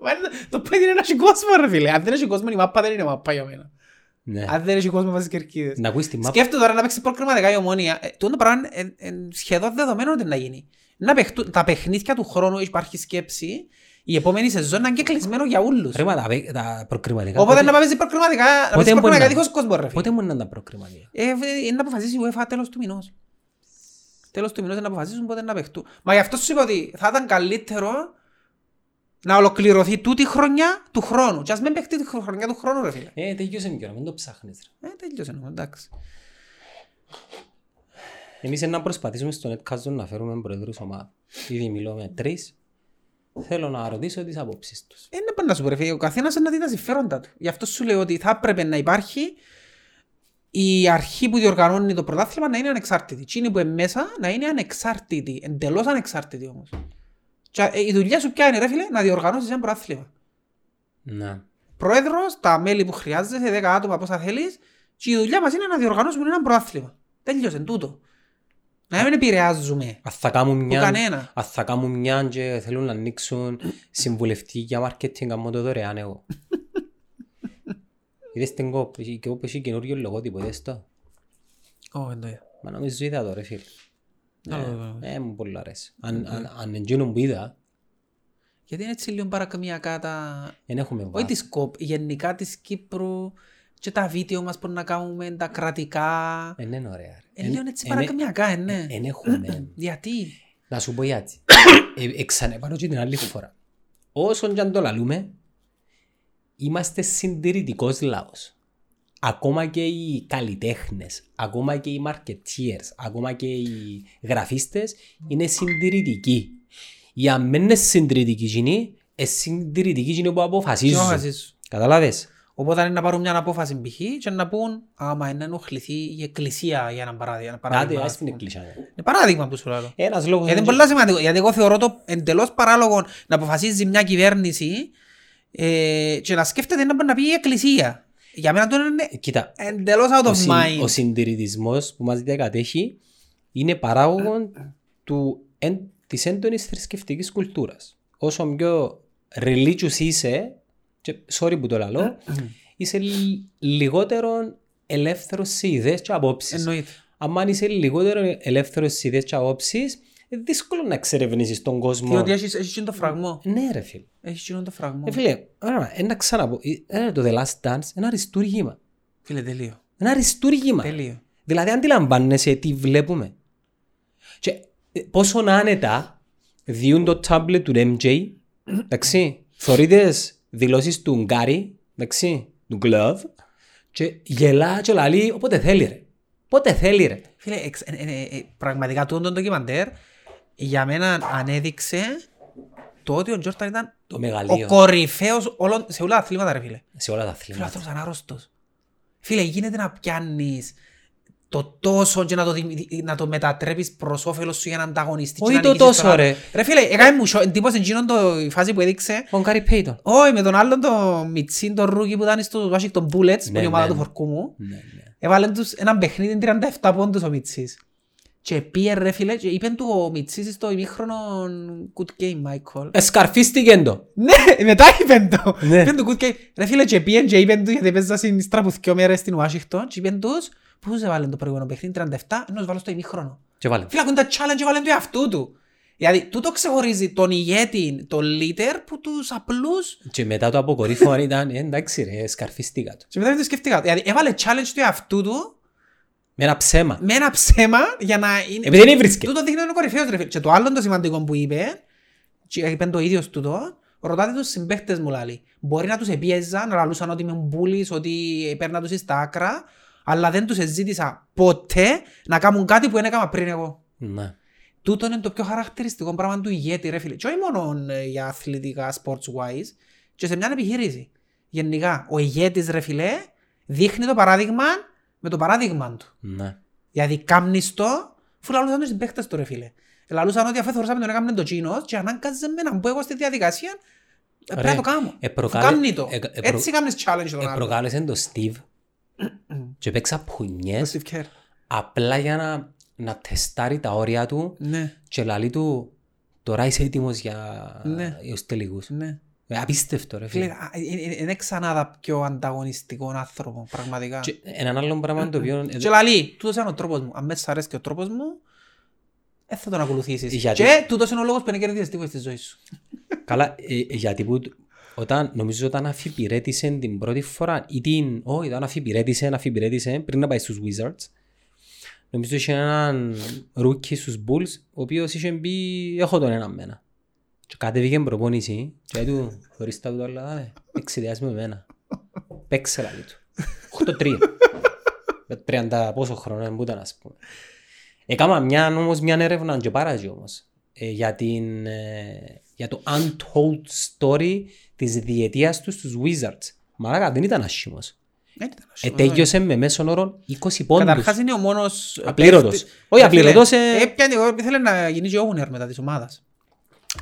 A: Μα είναι- Το παιδί είναι να έχει κόσμο ρε φίλε. Αν δεν έχει κόσμο η μάπα δεν είναι μάπα για μένα.
B: Ναι.
A: Αν δεν έχει κόσμο βάζεις κερκίδες.
B: Να ακούεις τη μάπα.
A: Σκέφτομαι τώρα να παίξει πρόκριμα δεκάει η ομόνια. Ε, Τούτο πράγμα είναι ε, ε, σχεδόν δεδομένο ότι να γίνει. Να παιχτούν- τα παιχνίδια του χρόνου υπάρχει σκέψη η επόμενη σεζόν να είναι και κλεισμένο για όλους.
B: Ρε μα τα, παι- τα προκριματικά.
A: Οπότε
B: πότε-
A: να παίζει προκριματικά, να
B: Πότε
A: παίζει
B: μπορεί
A: προκριματικά
B: να-
A: δίχως κόσμος ρε φίλε.
B: Πότε μου είναι τα προκριματικά.
A: Ε, ε, Είναι να αποφασίσει η UEFA τέλος του μηνός. Τέλος του μηνός είναι να αποφασίσουν πότε να παιχτούν. Μα γι' αυτό σου είπα ότι θα ήταν καλύτερο να ολοκληρωθεί τούτη η χρονιά του χρόνου. Και ας μην παιχτεί τη χρο- χρονιά του χρόνου ρε φίλε.
B: Ε, τελειώσε μικρό, μην το ψάχνεις. ρε.
A: Ε, τέλειωσε νομίζω, εντάξει.
B: Εμείς να προσπαθήσουμε στον Netcast να φέρουμε προεδρούς ομάδα. Ήδη μιλώ με τρεις. Θέλω να ρωτήσω τις απόψεις τους.
A: Ε, Είναι πάντα σου ρε φίλε. Ο καθένας είναι να δει τα συμφέροντα του. Γι' αυτό σου λέω ότι θα έπρεπε να υπάρχει η αρχή που διοργανώνει το πρωτάθλημα να είναι ανεξάρτητη. Τι είναι που είναι μέσα να είναι ανεξάρτητη. Εντελώς ανεξάρτητη όμως. Και, ε, η δουλειά σου ποια είναι ρε φίλε, να διοργανώσεις ένα πρωτάθλημα.
B: Ναι.
A: πρόεδρος, τα μέλη που χρειάζεσαι, 10 άτομα πόσα θέλεις, και η δουλειά μας είναι να διοργανώσουμε ένα προάθλημα. Τέλειωσε τούτο. Να μην επηρεάζουμε
B: Αν θα κάνουν
A: που
B: μια...
A: κανένα.
B: Αν θα κάνουν μια και θέλουν να ανοίξουν συμβουλευτή για marketing, κάνω το δωρεάν εγώ. Είδες την κόπ, η κόπ έχει καινούριο λογότυπο, είδες το.
A: Ω, εν το είδα.
B: Μα νομίζω είδα το ρε φίλε.
A: Άλλο εδώ.
B: Ε, μου πολύ αρέσει.
A: Ναι.
B: Αν, αν, αν εντύνουν που είδα,
A: Γιατί είναι έτσι λίγο παρακμιακά τα...
B: δεν έχουμε
A: Όχι
B: βάθος.
A: της ΚΟΠ, γενικά της Κύπρου και τα βίντεο μας που να κάνουμε, τα κρατικά.
B: Ε, ναι, είναι ωραία. ρε.
A: Είναι λίγο έτσι
B: εν-
A: παρακμιακά, ε, ναι.
B: εν έχουμε.
A: Γιατί.
B: Να σου πω γιατί. ε, εξανεπάνω και την άλλη φορά. Όσον και αν το λαλούμε, είμαστε συντηρητικός λαός. Ακόμα και οι καλλιτέχνες, ακόμα και οι marketeers, ακόμα και οι γραφίστες είναι συντηρητικοί. Οι αμένες συντηρητικοί είναι ε, συντηρητικοί είναι που
A: Ποιο
B: αποφασίζουν.
A: αποφασίζεις.
B: Κατάλαβες.
A: Οπότε αν είναι να πάρουν μια απόφαση π.χ. και να πούν άμα είναι να ενοχληθεί η εκκλησία για ένα παράδειγμα. ένα
B: Άντε,
A: παράδειγμα,
B: ας
A: ας
B: την
A: πούμε. Ε,
B: εκκλησιά. ναι.
A: Είναι παράδειγμα που σου λέω.
B: Ένας λόγος...
A: Γιατί είναι πολύ σημαντικό. Γιατί εγώ θεωρώ το εντελώς παράλογο να αποφασίζει μια κυβέρνηση ε, και να σκέφτεται να μπορεί να πει η εκκλησία. Για μένα το είναι
B: ε, Κοίτα,
A: εντελώς out
B: ο,
A: of
B: συν,
A: mind.
B: ο συντηρητισμός που μας διακατέχει είναι παράγωγον του, εν, της έντονης θρησκευτικής κουλτούρας. Όσο πιο religious είσαι, και, sorry που το λαλώ, είσαι λι- λιγότερο ελεύθερος σε ιδέες και απόψεις.
A: Εννοείται.
B: Αν είσαι λιγότερο ελεύθερος σε ιδέες και απόψεις, ε, δύσκολο να εξερευνήσεις τον κόσμο.
A: Διότι έχεις, έχεις εκείνο το φραγμό.
B: Ναι ρε φίλε.
A: Έχεις εκείνο το φραγμό.
B: Ε, φίλε, ωραία, ένα ξαναπώ. Ε, το The Last Dance, ένα αριστούργημα.
A: Φίλε, τελείο.
B: Ένα αριστούργημα.
A: Τελείο.
B: Δηλαδή αντιλαμβάνεσαι τι βλέπουμε. Και ε, πόσο άνετα διούν το τάμπλετ του MJ, εντάξει, θωρείτες δηλώσεις του Γκάρι, εντάξει, του Glove, και γελά και λαλεί όποτε θέλει ρε. Πότε θέλει ρε.
A: Φίλε, εξ, ε, ε, ε, πραγματικά τούτο το ντοκιμαντέρ για μένα ανέδειξε το ότι ο Τζόρταν ήταν
B: Το
A: ο
B: μεγαλείο Ναι.
A: κορυφαίος όλων, σε όλα τα αθλήματα ρε φίλε.
B: σε όλα
A: Φίλε, ο
B: τα αθλήματα.
A: άνθρωπος ήταν άρρωστος. Φίλε, γίνεται να πιάνεις το τόσο και να το, δημι- να το μετατρέπεις προς όφελος σου για να ανταγωνιστείς. και
B: Όχι
A: να
B: το
A: νικήσεις
B: τόσο,
A: τον άλλον.
B: ρε.
A: Ρε φίλε, έκανε μου σο- εντύπωση εκείνον το, η φάση που έδειξε.
B: Ο Γκάρι Πέιτον.
A: Όχι, με τον άλλον το Μιτσίν, τον Ρούκι που ήταν στους Washington Bullets, που είναι η
B: ναι,
A: ομάδα του
B: ναι.
A: Φορκούμου.
B: Ναι, ναι.
A: Έβαλε τους έναν παιχνίδι 37 πόντους ο Μιτσής. Και πήγε ρε φίλε και είπε του ο Μιτσής στο ημίχρονο good game Michael.
B: Εσκαρφίστηκε το.
A: Ναι, μετά είπε το.
B: Ναι.
A: Είπε του good game. Ρε φίλε και πήγε και είπε του γιατί παίζα στην ύστερα από δυο μέρες στην Ουάσιχτον και είπε τους πού σε βάλε το προηγούμενο παιχνίδι 37 ενώ σε βάλω στο ημίχρονο.
B: Και βάλε.
A: Φίλε ακούν τα challenge και βάλε του εαυτού του. Δηλαδή τούτο ξεχωρίζει τον ηγέτη, τον leader που τους απλούς
B: Και μετά το αποκορύφωμα ήταν «Ε, εντάξει ρε, εσκαρφίστηκα το.
A: και μετά δεν το σκεφτήκα. Δηλαδή έβαλε challenge του εαυτού του
B: Με ένα ψέμα.
A: με ένα ψέμα για να είναι
B: Επειδή δεν βρίσκεται.
A: Τούτο δείχνει ότι είναι ο κορυφαίος ρε φίλε. Και το άλλο το σημαντικό που είπε, και είπε το ίδιο τούτο, ρωτάτε τους συμπαίχτες μου λάλη. Μπορεί να τους επίεζα, να λαλούσαν ότι είμαι μπούλης, ότι παίρνα τους στα άκρα, αλλά δεν τους εζήτησα ποτέ να κάνουν κάτι που δεν έκανα πριν εγώ.
B: Ναι.
A: Τούτο είναι το πιο χαρακτηριστικό πράγμα του ηγέτη ρε φίλε. Και όχι μόνο ε, για αθλητικά sports wise, και σε μια επιχείρηση. Γενικά, ο ηγέτης ρε φίλε δείχνει το παράδειγμα με το παράδειγμα του.
B: Ναι.
A: Δηλαδή κάμνεις το, αφού λαλούσαν τους παίχτες του ρε φίλε. Λαλούσαν ότι αφού θεωρούσαμε τον έκαμνε το κίνος και ανάγκαζε με να μπω εγώ στη διαδικασία, ε, πρέπει να το κάνω.
B: Ε,
A: Αφού
B: προκάλε-
A: κάμνει το.
B: ε, ε, προ-
A: Έτσι κάμνεις challenge τον
B: ε,
A: άλλο.
B: προκάλεσε το Steve και παίξα πουνιές
A: Steve Kerr.
B: απλά για να, να τεστάρει τα όρια του
A: Ναι,
B: και λαλεί του τώρα είσαι έτοιμος για
A: Ναι.
B: για τους τελικούς.
A: ναι.
B: Ε, απίστευτο ρε
A: Φίλε,
B: φίλε.
A: α, ε, ε, ε, είναι ξανά τα πιο ανταγωνιστικό άνθρωπο, πραγματικά.
B: Και έναν άλλο πράγμα το οποίο...
A: Ε, Και λαλεί, τούτος είναι ο τρόπος μου. Αν μέσα σ' αρέσει και ο τρόπος μου, δεν θα τον ακολουθήσεις.
B: Γιατί-
A: Και τούτος είναι ο λόγος που δεν κερδίζεις τίποτα στη ζωή σου.
B: Καλά, ε, ε, γιατί που, όταν, νομίζω όταν αφιπηρέτησε την πρώτη φορά ή την... Όχι, όταν αφιπηρέτησε, αφιπηρέτησε πριν να πάει στους Wizards νομίζω είχε έναν ρούκι στους Bulls ο οποίος είχε μπει έχω τον έναν μένα και κατέβηκε προπόνηση και λέει του χωρίς τα του άλλα ε, εξηδιάζει με εμένα παίξε λαλή του 8-3 με 30 πόσο χρόνο που ήταν ας πούμε Έκανα μια, όμως, μια έρευνα και παράζει όμως ε, για, την, ε, για το untold story της διετίας τους στους Wizards. Μαλάκα δεν ήταν άσχημος.
A: Δεν ήταν άσχημος,
B: Ε,
A: δεν ήταν.
B: τέλειωσε με μέσον όρο 20 πόντους.
A: ναι. Καταρχάς είναι ο μόνος...
B: Απλήρωτος. Όχι, απλήρωτος, ε.
A: Έπιανε, ήθελε να γίνει και owner μετά της ομάδας.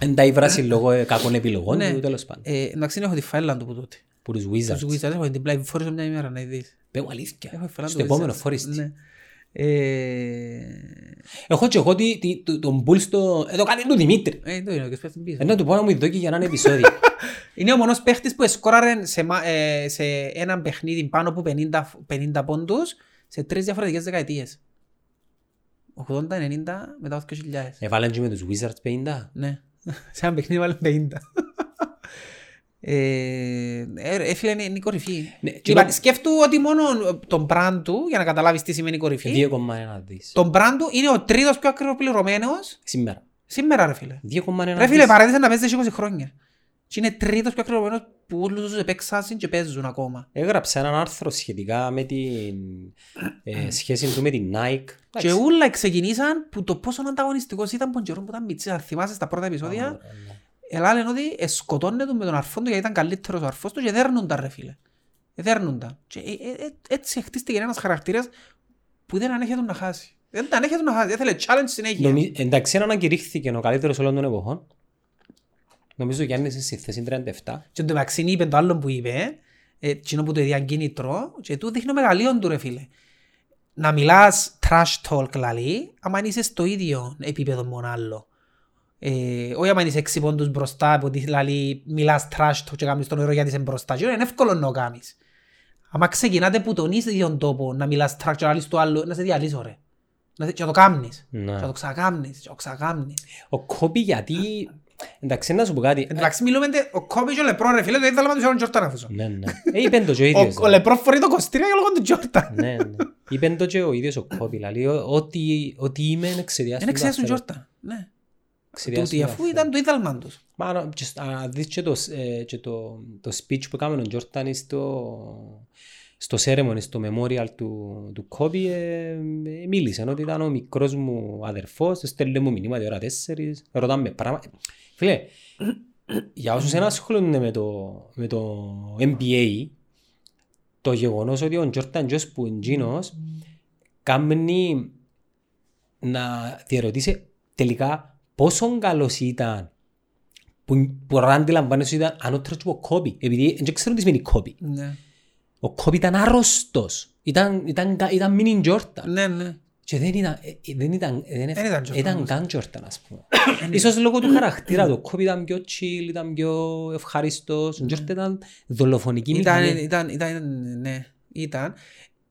B: Εν τα υβράσει λόγω ε, κακών επιλογών
A: Ναι.
B: του τέλος πάντων.
A: Ε, Εντάξει, έχω τη φάιλα του που τότε.
B: Που τους
A: Τους
B: Wizards.
A: Wizards έχω την πλάι, φορήσω μια ημέρα να δεις.
B: Πέμπω αλήθεια.
A: Έχω τη φάιλα
B: Στο
A: του
B: επόμενο
A: Wizards.
B: φορείς.
A: Ναι. Ε,
B: Έχω και εγώ τη- τη- το- τον πουλ στο... Εδώ κάνει του Δημήτρη.
A: Ε, το είναι, ο παίχτης πίσω.
B: Ενώ του πω να μου δώσει για έναν επεισόδιο.
A: Είναι ο μόνος παίχτης που εσκόραρε σε, μα- ε, σε ένα παιχνίδι πάνω από 50, φ- 50 πόντους σε τρεις διαφορετικές δεκαετίες. 80, 90, μετά το 2000.
B: Έβαλαν και με τους Wizards 50.
A: Ναι. σε ένα παιχνίδι βάλε 50. ε, ε, ε, φίλε, είναι, είναι η κορυφή.
B: Ναι, και
A: Λοιπόν,
B: το-
A: σκέφτου ότι μόνο ε, τον brand του, για να καταλάβεις τι σημαίνει κορυφή,
B: 2,1 δις.
A: τον brand του είναι ο τρίτος πιο ακριβοπληρωμένος
B: Σήμερα.
A: σήμερα, ρε φίλε.
B: 2,1
A: Ρε
B: δις.
A: φίλε, παρέτησε να παίζεις 20 χρόνια. Και είναι τρίτος πιο ακριβοπληρωμένος που όλους τους επέξασαν και παίζουν ακόμα.
B: Έγραψα έναν άρθρο σχετικά με την ε, σχέση του με την Nike.
A: Και ούλα ξεκινήσαν που το πόσο ανταγωνιστικός ήταν που καιρό που ήταν μητσής. Αν θυμάσαι στα πρώτα επεισόδια, ελάλεν ότι ε, σκοτώνε τον με τον αρφόν του γιατί ήταν καλύτερος ο αρφός του και δέρνουν τα ρε φίλε. Ε, Δέρνουν τα. Και ε, ε, ε, έτσι χτίστηκε ένας χαρακτήρας που δεν ανέχεται να χάσει. Δεν τα ανέχεται να χάσει. Έθελε challenge συνέχεια.
B: Νομι... Εντάξει, έναν ανακηρύχθηκε ο καλύτερος όλων των εποχών. Νομίζω ο Γιάννης είναι στη θέση 37.
A: Και το μεταξύ είπε το άλλο που είπε, ε, εκείνο που το έδιαν κίνητρο, και του δείχνει μεγαλείον του ρε φίλε. Να μιλάς trash talk λαλή, άμα είσαι στο ίδιο επίπεδο μόνο άλλο. Ε, όχι άμα είσαι έξι πόντους μπροστά, που τη λαλή μιλάς trash talk και κάνεις τον νερό γιατί είσαι μπροστά. Και είναι εύκολο να το κάνεις. Άμα ξεκινάτε που τον ίδιο τόπο να μιλάς trash και να λαλείς το άλλο, να σε διαλύσω ρε. Να, σε- και να το κάνεις. Και να
B: Ναι.
A: το ξακάμνεις, και να το ξακάμνεις.
B: Ο Κόμπι γιατί... Εντάξει, να σου πω κάτι.
A: Εν τω μεταξύ μιλούμε, τε- ο Κόμπι και ο Λεπρόν ρε φίλε, το ήθελα να τους έρθουν Τζόρταν αφήσω.
B: ναι, ναι. Ε, είπε το και ο ίδιος.
A: Ο, ο Λεπρό φορεί το κοστήριο για λόγω του Τζόρταν.
B: ναι, ναι. Είπε το και ο ίδιος ο Κόμπι. Δηλαδή, ό- ό,τι, ό,τι είμαι εξαιδιάς
A: Δεν ξέρεις του Τζόρταν. Ναι.
B: Εξαιδιάς
A: Τούτη,
B: του
A: αφού
B: Τζόρταν.
A: ήταν το ίδαλμα τους.
B: Μα να- και σ- να δεις και το, σ- ε, και το, το speech που έκαμε ο Τζόρταν στο, στο ceremony, στο memorial του, του Κόμπι, ε, ε, μίλησε ότι ήταν ο μικρός μου αδερφός, στέλνε μου μηνύμα τη ώρα τέσσερις, ρωτάνε με πράγματα. Φίλε, για όσους δεν ασχολούνται με το, με το NBA, το γεγονός ότι ο Τζόρταν Τζος που είναι τζίνος, κάνει να διαρωτήσει τελικά πόσο καλός ήταν που μπορεί να αντιλαμβάνεσαι ότι ήταν ανώτερος του ο Κόμπι. Επειδή δεν ξέρω τι σημαίνει Κόμπι.
A: Ναι.
B: Ο Κόμπι ήταν άρρωστος. Ήταν, ήταν, κα- ήταν μίνιν Τζόρταν.
A: Ναι, ναι.
B: Και δεν ήταν, ε, ε, δεν ήταν, ε, δεν
A: Δεν ήταν Jordan,
B: ήταν
A: όμως.
B: καν Τζόρταν ας πούμε. Ίσως λόγω του χαρακτήρα του. Ο Κόμπι ήταν πιο chill, ήταν πιο ευχαριστός. Ο Τζόρταν ήταν δολοφονική
A: Ήταν, ε,
B: μηχανή.
A: ήταν, ήταν, ναι, ήταν.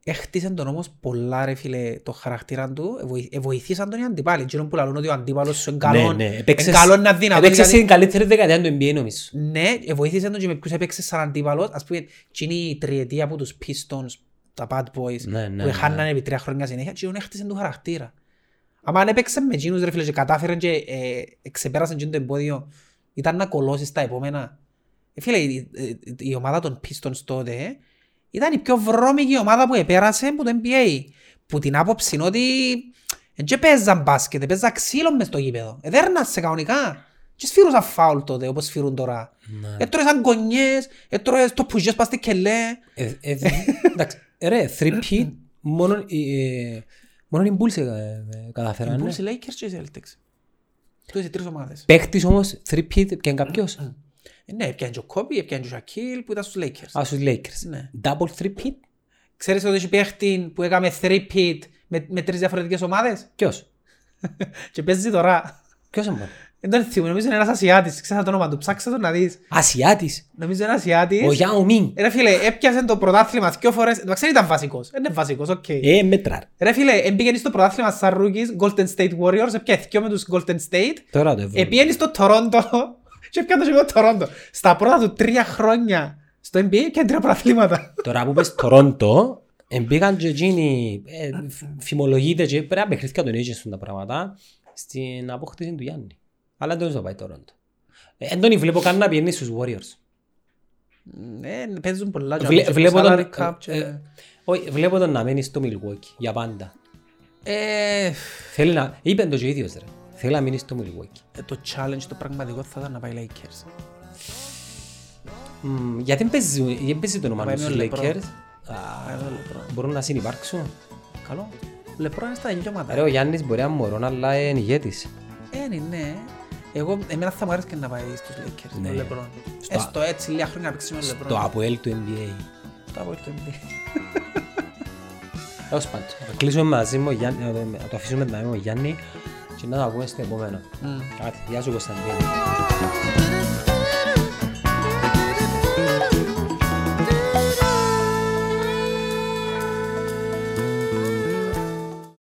A: Έχτισαν τον όμως πολλά ρε φίλε το χαρακτήρα του, Εβοη- εβοηθήσαν τον οι αντιπάλοι. Εκείνον που λαλούν ότι ο αντίπαλος σου είναι καλό,
B: ναι,
A: Ε, είναι
B: έπαιξες-
A: καλό να δυνατό.
B: Έπαιξε
A: γιατί-
B: στην καλύτερη δεκαετία του NBA νομίζω.
A: Ναι, βοήθησε τον και με ποιους έπαιξες σαν αντίπαλος. Ας πούμε, εκείνη η τριετία από τους Pistons, τα Bad Boys,
B: Ναι, ναι,
A: που
B: ναι.
A: χάνανε επί τρία χρόνια συνέχεια, εκείνον έχτισε του χαρακτήρα. Άμα αν έπαιξε με εκείνους ρε φίλε και κατάφεραν και ε, ξεπέρασαν εκείνο το εμπόδιο, ήταν να κολώσει στα επόμενα. Ε, Φίλε, η, η- η ομάδα των Pistons τότε ε, ήταν η πιο βρώμικη ομάδα που επέρασε από το NBA. Που την άποψη είναι ότι δεν και παίζαν μπάσκετ, ε, παίζαν ξύλο μες στο γήπεδο. Ε, δέρναν σε κανονικά. Και σφύρουσαν φάουλ τότε όπως σφύρουν τώρα.
B: Ναι.
A: Έτρωες αγκονιές, έτρωες το πουζιές πας στη κελέ.
B: Ε, ε, δε- Εντάξει, ρε, 3P, μόνο ε, μόνο οι Bulls ε, ε, καταφέραν.
A: Μπούς
B: ναι.
A: οι Lakers και οι Celtics. Του είσαι τρεις ομάδες.
B: Παίχτης όμως, 3P και κάποιος,
A: Ε, Ναι, έπιανε και ο Κόμπι, έπιανε και ο Σακίλ που ήταν στους Lakers.
B: ας τους Lakers.
A: Ναι.
B: Double 3P,
A: Ξέρεις ότι έχει παίχτη που έκαμε 3-pit με, με τρεις διαφορετικές ομάδες
B: ποιος,
A: και παίζει τώρα.
B: ποιος είναι μόνο.
A: Δεν τον θυμούμαι, νομίζω είναι ένας Ασιάτης. Ξέρεις το όνομα του, ψάξε το να δεις.
B: Ασιάτης,
A: Νομίζω είναι
B: ο
A: Ασιάτης.
B: Yao Ming.
A: Ρε φίλε, έπιασε το πρωτάθλημα δυο φορές. Εντάξει, δεν ήταν βασικός. Δεν είναι βασικός, οκ.
B: Ε, μέτρα.
A: Ρε φίλε, έμπηγαινε στο πρωτάθλημα σαν rookies, Golden State Warriors, έπιασε δυο με τους Golden State
B: Τώρα το ευρώ.
A: Επιένει στο Τωρόντο και έπιανε το Τωρόντο. Στα πρώτα του τρία χρόνια στο NBA έπιανε τρία πρωταθλήματα.
B: Τώρα που πες Toronto, μπήκαν και εκείνοι, ε, φ- φημολογείται και πρέπει να παιχνίθηκαν τον agents του τα πράγματα, στην απόκτηση του Γιάννη. Αλλά δεν τον πάει Toronto. Ε, Δεν τον βλέπω καν να πηγαίνει στους Warriors.
A: Ναι, παίζουν πολλά.
B: Βλέ- βλέπω τον- ε, όχι, βλέπω τον να μένει στο Milwaukee για πάντα.
A: Ε,
B: Θέλει να... Είπε το και ο ίδιος ρε. Θέλει να μείνει στο Milwaukee.
A: Το challenge το πραγματικό θα ήταν να πάει Lakers.
B: Μμ, γιατί δεν παίζει, δεν παίζει το όνομα
A: πάει
B: του στους
A: με τον LeBron.
B: Lakers. Α, Μπορούν να συνυπάρξουν.
A: Καλό. Λεπρό είναι στα ίδια ομάδα.
B: Ρε ο Γιάννης μπορεί να είναι μωρόν αλλά είναι ηγέτης.
A: Ε, ναι, ναι. Εγώ, εμένα θα μου αρέσει και να πάει στους Lakers.
B: Ναι.
A: ο Λεπρόν.
B: Στο-
A: Έστω έτσι λίγα χρόνια να παίξει με τον
B: Το
A: Λεπρόν.
B: Αποέλ του NBA.
A: Το από το NBA.
B: Έως πάντως. Θα κλείσουμε μαζί μου, Γιάννη, ε, με- να το αφήσουμε μαζί μου, Γιάννη, και να τα πούμε στην επόμενο. Κάτι, γεια σου Κωνσταντίνο.
C: Thank you.